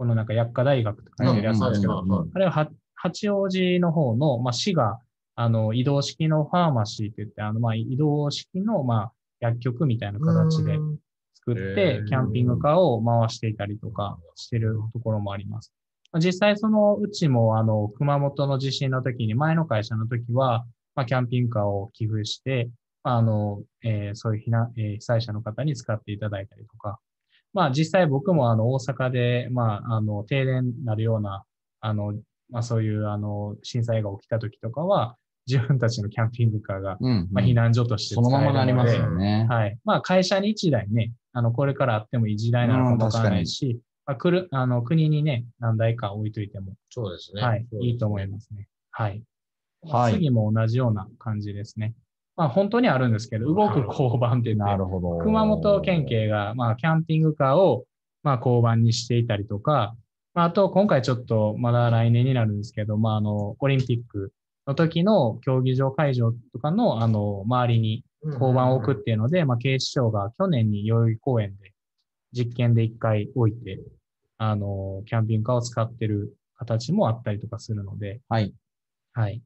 Speaker 5: このなんか薬科大学とか書いてるやつなんですけど、
Speaker 1: うんうんうん
Speaker 5: あれはは八王子の方の、まあ、市が、あの、移動式のファーマシーって言って、あの、まあ、移動式の、まあ、薬局みたいな形で
Speaker 1: うん
Speaker 5: 作って
Speaker 1: へー、
Speaker 5: キャンピングカーを回していたりとかしてるところもあります。まあ実際そのうちも、あの、熊本の地震の時に、前の会社の時は、まあ、キャンピングカーを寄付して、まああの、えーそういう避難、えー被災者の方に使っていただいたりとか、まあ実際僕もあの、大阪で、まあ、あの、停電になるような、あの、まあそういう、あの、震災が起きた時とかは、自分たちのキャンピングカーが、
Speaker 3: うんうん
Speaker 5: まあ避難所として使
Speaker 3: そ
Speaker 5: え
Speaker 3: の
Speaker 5: るの
Speaker 3: ま
Speaker 5: で、
Speaker 3: まなりますよね。
Speaker 5: はい。まあ、会社に1台ね、あの、これからあってもいい時代なのかもわからないし、まあ、くる、あの、国にね、何台か置いといても、
Speaker 1: そうですね。
Speaker 5: はい、
Speaker 1: そうですね
Speaker 5: いいと思いますね。はい。
Speaker 3: はい
Speaker 5: 次も同じような感じですね。まあ、本当にあるんですけど、動く交番って言っ
Speaker 3: な
Speaker 5: て、
Speaker 3: るほど。
Speaker 5: 熊本県警が、まあ、キャンピングカーを、まあ、交番にしていたりとか、まあ、あと、今回ちょっと、まだ来年になるんですけど、まあ、あの、オリンピックの時の競技場会場とかの、あの、周りに交番を置くっていうので、まあ、警視庁が去年に代々木公園で実験で一回置いて、あの、キャンピングカーを使ってる形もあったりとかするので、
Speaker 3: はい。
Speaker 5: はい。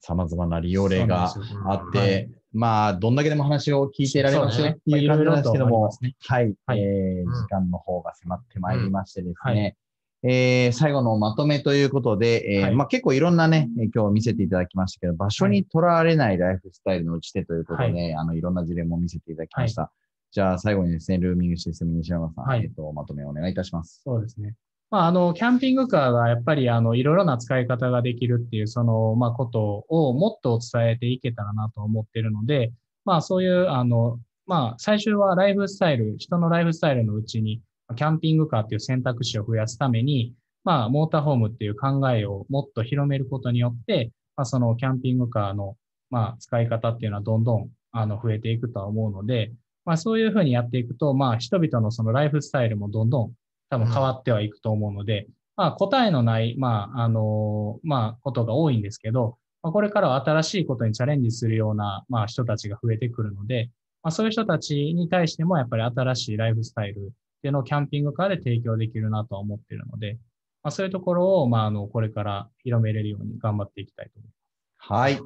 Speaker 3: さまざまな利用例が
Speaker 5: そうなんですよ
Speaker 3: あっ
Speaker 1: は
Speaker 3: て、まあ、どんだけでも話を聞いていられますよっていう感じなんですけども、
Speaker 5: そうですね
Speaker 3: はい、
Speaker 5: はい
Speaker 3: えー
Speaker 1: うん
Speaker 3: 時間の方が迫ってまいりましてです
Speaker 5: うんは
Speaker 3: ね、えー最後のまとめということで、えー
Speaker 5: はい
Speaker 3: まあ、結構いろんなね、えー今日見せていただきましたけど、場所にとらわれないライフスタイルの打ち手ということで、、
Speaker 5: はい
Speaker 3: あのいろんな事例も見せていただきました。じゃあ、最後にですね、ルーミングシステム西山さん、
Speaker 5: はい
Speaker 3: えっと、まとめをお願いいたします。
Speaker 5: そうですね。まあ、あの、キャンピングカーがやっぱり、あの、いろいろな使い方ができるっていう、その、まあ、ことをもっと伝えていけたらなと思ってるので、まあ、そういう、あの、まあ、最終はライフスタイル、人のライフスタイルのうちに、キャンピングカーっていう選択肢を増やすために、まあ、モーターホームっていう考えをもっと広めることによって、まあ、そのキャンピングカーの、まあ、使い方っていうのはどんどん、あの、増えていくとは思うので、まあ、そういうふうにやっていくと、まあ、人々のそのライフスタイルもどんどん多分変わってはいくと思うので、まあ、答えのない、まあ、あの、まあ、ことが多いんですけど、まあ、これからは新しいことにチャレンジするような、まあ、人たちが増えてくるので、まあ、そういう人たちに対しても、やっぱり新しいライフスタイルっていうのをキャンピングカーで提供できるなとは思っているので、まあ、そういうところを、まあ、あの、これから広めれるように頑張っていきたいと思います。
Speaker 3: はい。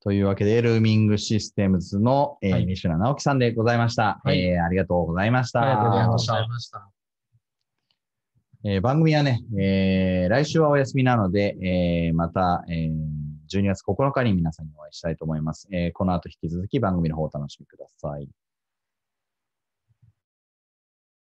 Speaker 3: というわけで、ルーミングシステムズの、えー
Speaker 5: はい
Speaker 3: 西村直樹さんでございました、
Speaker 5: はい
Speaker 3: えーありがとうございました。
Speaker 5: ありがとうございました
Speaker 1: ありがとうございました。
Speaker 3: えー番組はね、えー来週はお休みなので、えーまた、えー12月9日に皆さんにお会いしたいと思います。えーこの後引き続き番組の方をお楽しみください。